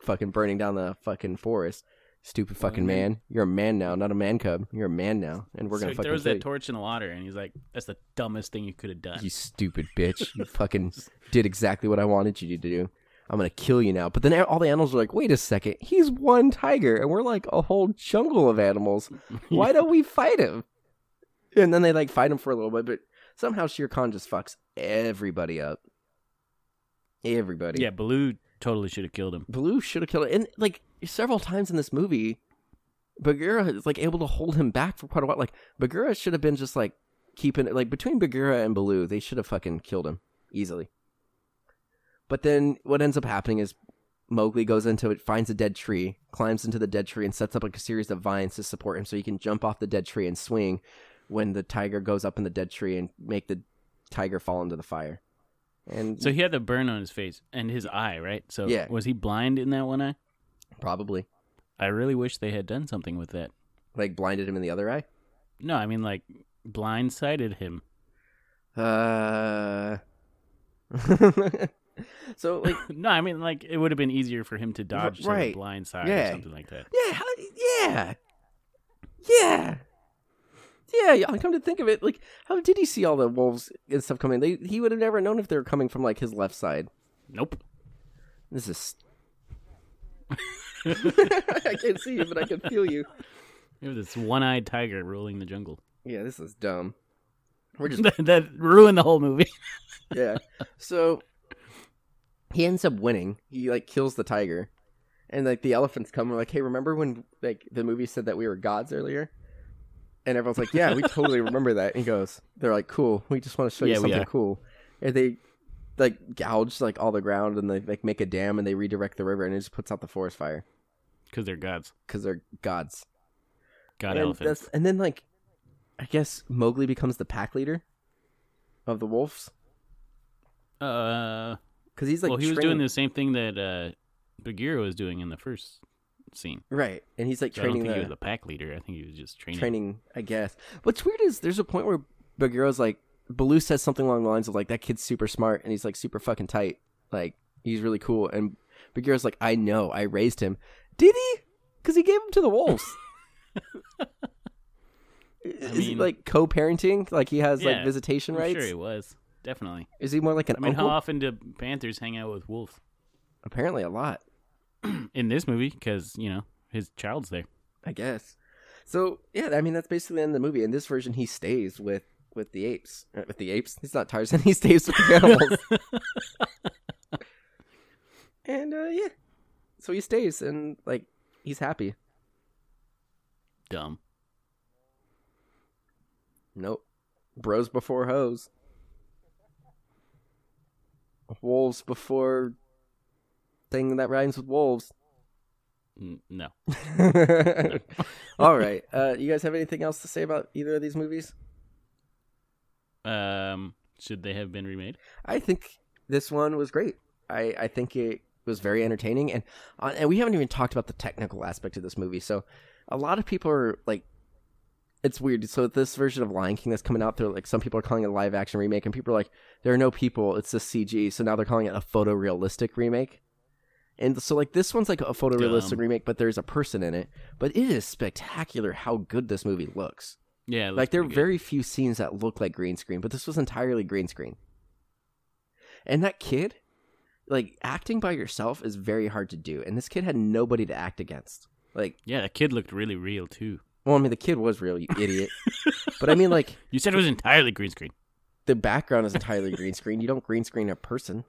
Speaker 1: fucking burning down the fucking forest. Stupid fucking
Speaker 2: man.
Speaker 1: man! You're a man now, not a man cub. You're a man now, and we're
Speaker 2: Mm-hmm. so
Speaker 1: gonna
Speaker 2: he
Speaker 1: fucking
Speaker 2: throws
Speaker 1: kill
Speaker 2: that
Speaker 1: you.
Speaker 2: torch in the water, and he's like, "That's the dumbest thing you could have done."
Speaker 1: You stupid bitch.
Speaker 2: [laughs]
Speaker 1: You fucking did exactly what I wanted you to do. I'm gonna kill you now. But then all the animals are like, wait a second, he's one tiger, and we're like a whole jungle of
Speaker 2: [laughs]
Speaker 1: animals. Why don't we fight him? And then they like fight him for a little bit, but somehow Shere Khan just fucks everybody up. Everybody.
Speaker 2: Yeah, Baloo totally should have killed him.
Speaker 1: Blue should have killed it. And like several times in this movie, Bagheera is like able to hold him back for quite a while. Like Bagheera should have been just like keeping it like between Bagheera and Baloo, they should have fucking killed him easily. But then what ends up happening is Mowgli goes into it, finds a dead tree, climbs into the dead tree, and sets up like a series of vines to support him so he can jump off the dead tree and swing when the tiger goes up in the dead tree and make the tiger fall into the fire. And
Speaker 2: So he had the burn on his face and his eye, right? So
Speaker 1: Yeah.
Speaker 2: was he blind in that one eye?
Speaker 1: probably
Speaker 2: I really wish they had done something with that.
Speaker 1: like blinded him in the other eye.
Speaker 2: No, I mean like blindsided him. [coughs]
Speaker 1: Uh. [laughs] so like
Speaker 2: no, I mean like it would have been easier for him to dodge to
Speaker 1: right.
Speaker 2: the blind side
Speaker 1: Yeah.
Speaker 2: or something like that.
Speaker 1: yeah how, yeah yeah yeah I come to think of it like how did he see all the wolves and stuff coming they he would have never known if they were coming from like his left side
Speaker 2: Nope.
Speaker 1: this is [laughs] I can't see you but I can feel you
Speaker 2: It was this one-eyed tiger ruling the jungle. [laughs]
Speaker 1: yeah this is dumb we're just
Speaker 2: that, that ruined the whole movie. [laughs]
Speaker 1: yeah. So he ends up winning. He like kills the tiger, and like the elephants come. And like, hey, remember when like the movie said that we were gods earlier? And everyone's like, yeah, we totally remember that. And he goes, they're like, cool. We just want to show you
Speaker 2: Yeah, we
Speaker 1: something
Speaker 2: are.
Speaker 1: cool. And they like gouge like all the ground, and they like make a dam, and they redirect the river, and it just puts out the forest fire
Speaker 2: Because they're gods.
Speaker 1: because they're gods
Speaker 2: God
Speaker 1: and
Speaker 2: elephants.
Speaker 1: that's- and then like, I guess Mowgli becomes the pack leader of the wolves
Speaker 2: Uh,
Speaker 1: because he's like
Speaker 2: well, he was
Speaker 1: trained-
Speaker 2: doing the same thing that uh, Bagheera was doing in the first scene.
Speaker 1: right, and he's like
Speaker 2: So I don't
Speaker 1: training
Speaker 2: think
Speaker 1: the
Speaker 2: he was a pack leader. I think he was just training.
Speaker 1: training, I guess. What's weird is there's a point where Bagheera's like, Baloo says something along the lines of like, that kid's super smart and he's like super fucking tight. Like, he's really cool. And Bagheera's like, I know, I raised him. Did he? Because he gave him to the
Speaker 2: [laughs]
Speaker 1: wolves. Is he
Speaker 2: mean-
Speaker 1: like co-parenting? Like he has
Speaker 2: Yeah,
Speaker 1: like visitation
Speaker 2: I'm
Speaker 1: rights? Oh,
Speaker 2: sure he was. Definitely.
Speaker 1: Is he more like an
Speaker 2: I mean,
Speaker 1: uncle?
Speaker 2: how often do panthers hang out with wolves? [clears throat]
Speaker 1: Apparently, a lot.
Speaker 2: In this movie, because, you know, his child's there.
Speaker 1: I guess. So yeah, I mean that's basically the end of the movie. In this version, he stays with with the apes. Uh, With the apes, he's not Tarzan. [laughs] He stays with the animals. and uh, yeah, so he stays and like he's happy.
Speaker 2: Dumb.
Speaker 1: Nope, bros before hoes, wolves before thing that rhymes with wolves. [laughs]
Speaker 2: N- No.
Speaker 1: All right, uh, you guys have anything else to say about either of these movies?
Speaker 2: Um, should they have been remade?
Speaker 1: I think this one was great. I, I think it was very entertaining, and uh, and we haven't even talked about the technical aspect of this movie. So, a lot of people are like, it's weird. So this version of Lion King that's coming out, they're like, some people are calling it a live action remake, and people are like, there are no people, it's just CG. So now they're calling it a photorealistic remake. And so like this one's like a photorealistic
Speaker 2: Dumb.
Speaker 1: remake, but there's a person in it. But it is spectacular how good this movie looks.
Speaker 2: Yeah. it looks
Speaker 1: Like there are
Speaker 2: pretty good.
Speaker 1: very few scenes that look like green screen, but this was entirely green screen. And that kid, like acting by yourself is very hard to do. And this kid had nobody to act against. Like,
Speaker 2: Yeah, the kid looked really real, too.
Speaker 1: well, I mean, the kid was real,
Speaker 2: [laughs]
Speaker 1: you idiot. but I mean, like
Speaker 2: You said it was entirely green screen.
Speaker 1: the background is entirely green screen. You don't green screen a person.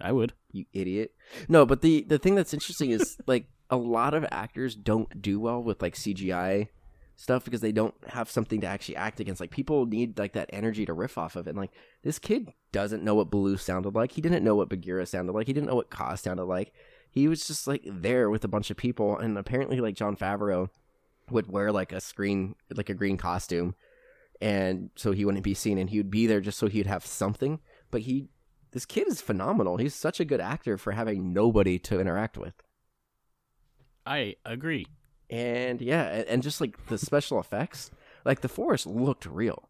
Speaker 2: I would.
Speaker 1: you idiot. No, but the the thing that's interesting is [laughs] like a lot of actors don't do well with like CGI stuff because they don't have something to actually act against. Like people need like that energy to riff off of, and like this kid doesn't know what Baloo sounded like. He didn't know what Bagheera sounded like. He didn't know what Ka sounded like. He was just like there with a bunch of people, and apparently like John Favreau would wear like a screen like a green costume and so he wouldn't be seen and he would be there just so he'd have something but he this kid is phenomenal he's such a good actor for having nobody to interact with
Speaker 2: I agree.
Speaker 1: and yeah a- and just like the special effects like the forest looked real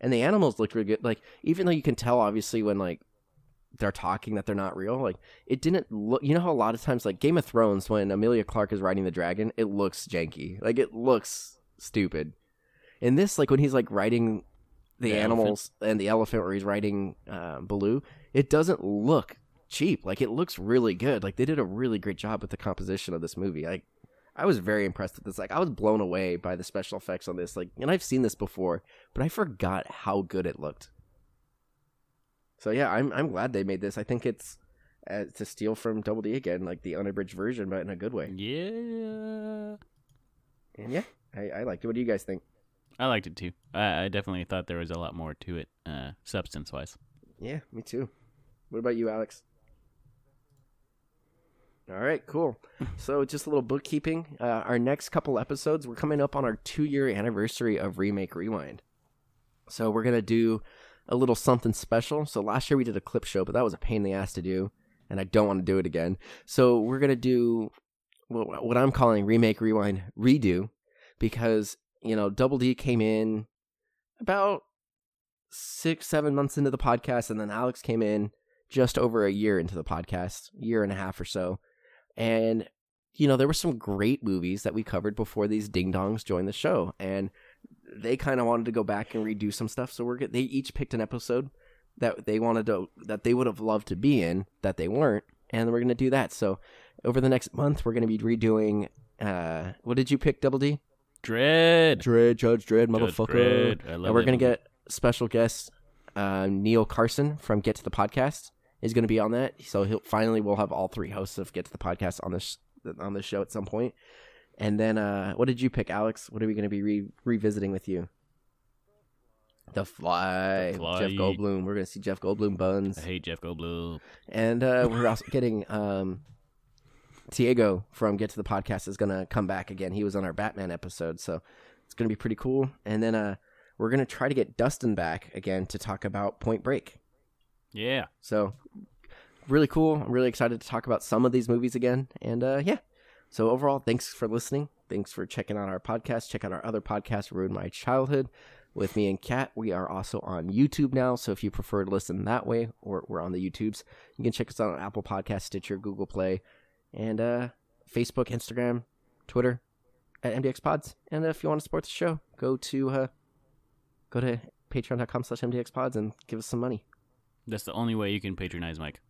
Speaker 1: and the animals looked really good like even though you can tell obviously when like they're talking that they're not real like it didn't look you know how a lot of times like game of thrones when amelia clark is riding the dragon it looks janky like it looks stupid in this like when he's like riding the,
Speaker 2: The elephant.
Speaker 1: animals and the elephant where he's riding uh, baloo it doesn't look cheap like it looks really good like they did a really great job with the composition of this movie like I was very impressed with this. Like I was blown away by the special effects on this. Like, and I've seen this before, but I forgot how good it looked. So yeah, I'm I'm glad they made this. I think it's uh, to steal from Double D again, like the unabridged version, but in a good way.
Speaker 2: Yeah.
Speaker 1: And yeah, I, I liked it. What do you guys think?
Speaker 2: I liked it, too. I, I definitely thought there was a lot more to it, uh, substance wise.
Speaker 1: Yeah, me too. What about you, Alex? All right, cool. So, just a little bookkeeping. Uh, our next couple episodes, we're coming up on our two year anniversary of Remake Rewind. So, we're going to do a little something special. So, last year we did a clip show, but that was a pain in the ass to do, and I don't want to do it again. So, we're going to do wh- what I'm calling Remake Rewind Redo because, you know, Double D came in about six, seven months into the podcast, and then Alex came in just over a year into the podcast, year and a half or so. And, you know, there were some great movies that we covered before these ding dongs joined the show. And they kind of wanted to go back and redo some stuff. So we're go- they each picked an episode that they wanted to, that they would have loved to be in that they weren't. And we're going to do that. So over the next month, we're going to be redoing, uh, what did you pick, Double D?
Speaker 2: Dread.
Speaker 1: Dread, Judge Dread,
Speaker 2: Judge
Speaker 1: motherfucker
Speaker 2: Dredd. I love
Speaker 1: and we're
Speaker 2: that
Speaker 1: gonna
Speaker 2: movie.
Speaker 1: get special guest uh, Neil Carson from Get to the Podcast is gonna be on that. So he'll finally we'll have all three hosts of Get to the Podcast on this on this show at some point. And then uh, what did you pick, Alex? What are we gonna be re- revisiting with you? The Fly,
Speaker 2: The Fly.
Speaker 1: Jeff Goldblum. We're gonna see Jeff Goldblum buns,
Speaker 2: I hate Jeff Goldblum.
Speaker 1: and uh, we're also getting um, Diego from Get to the Podcast is gonna come back again. He was on our Batman episode, so it's gonna be pretty cool. And then uh, we're gonna try to get Dustin back again to talk about Point Break.
Speaker 2: Yeah.
Speaker 1: So really cool. I'm really excited to talk about some of these movies again. And uh, yeah, so overall, thanks for listening. Thanks for checking out our podcast. Check out our other podcast, Ruined My Childhood, with me and Kat. We are also on YouTube now. So if you prefer to listen that way, or we're on the YouTubes, you can check us out on Apple Podcast, Stitcher, Google Play, and uh, Facebook, Instagram, Twitter at MDX Pods. And if you want to support the show, go to uh, go to patreon.com slash MDX Pods and give us some money.
Speaker 2: That's the only way you can patronize Mike.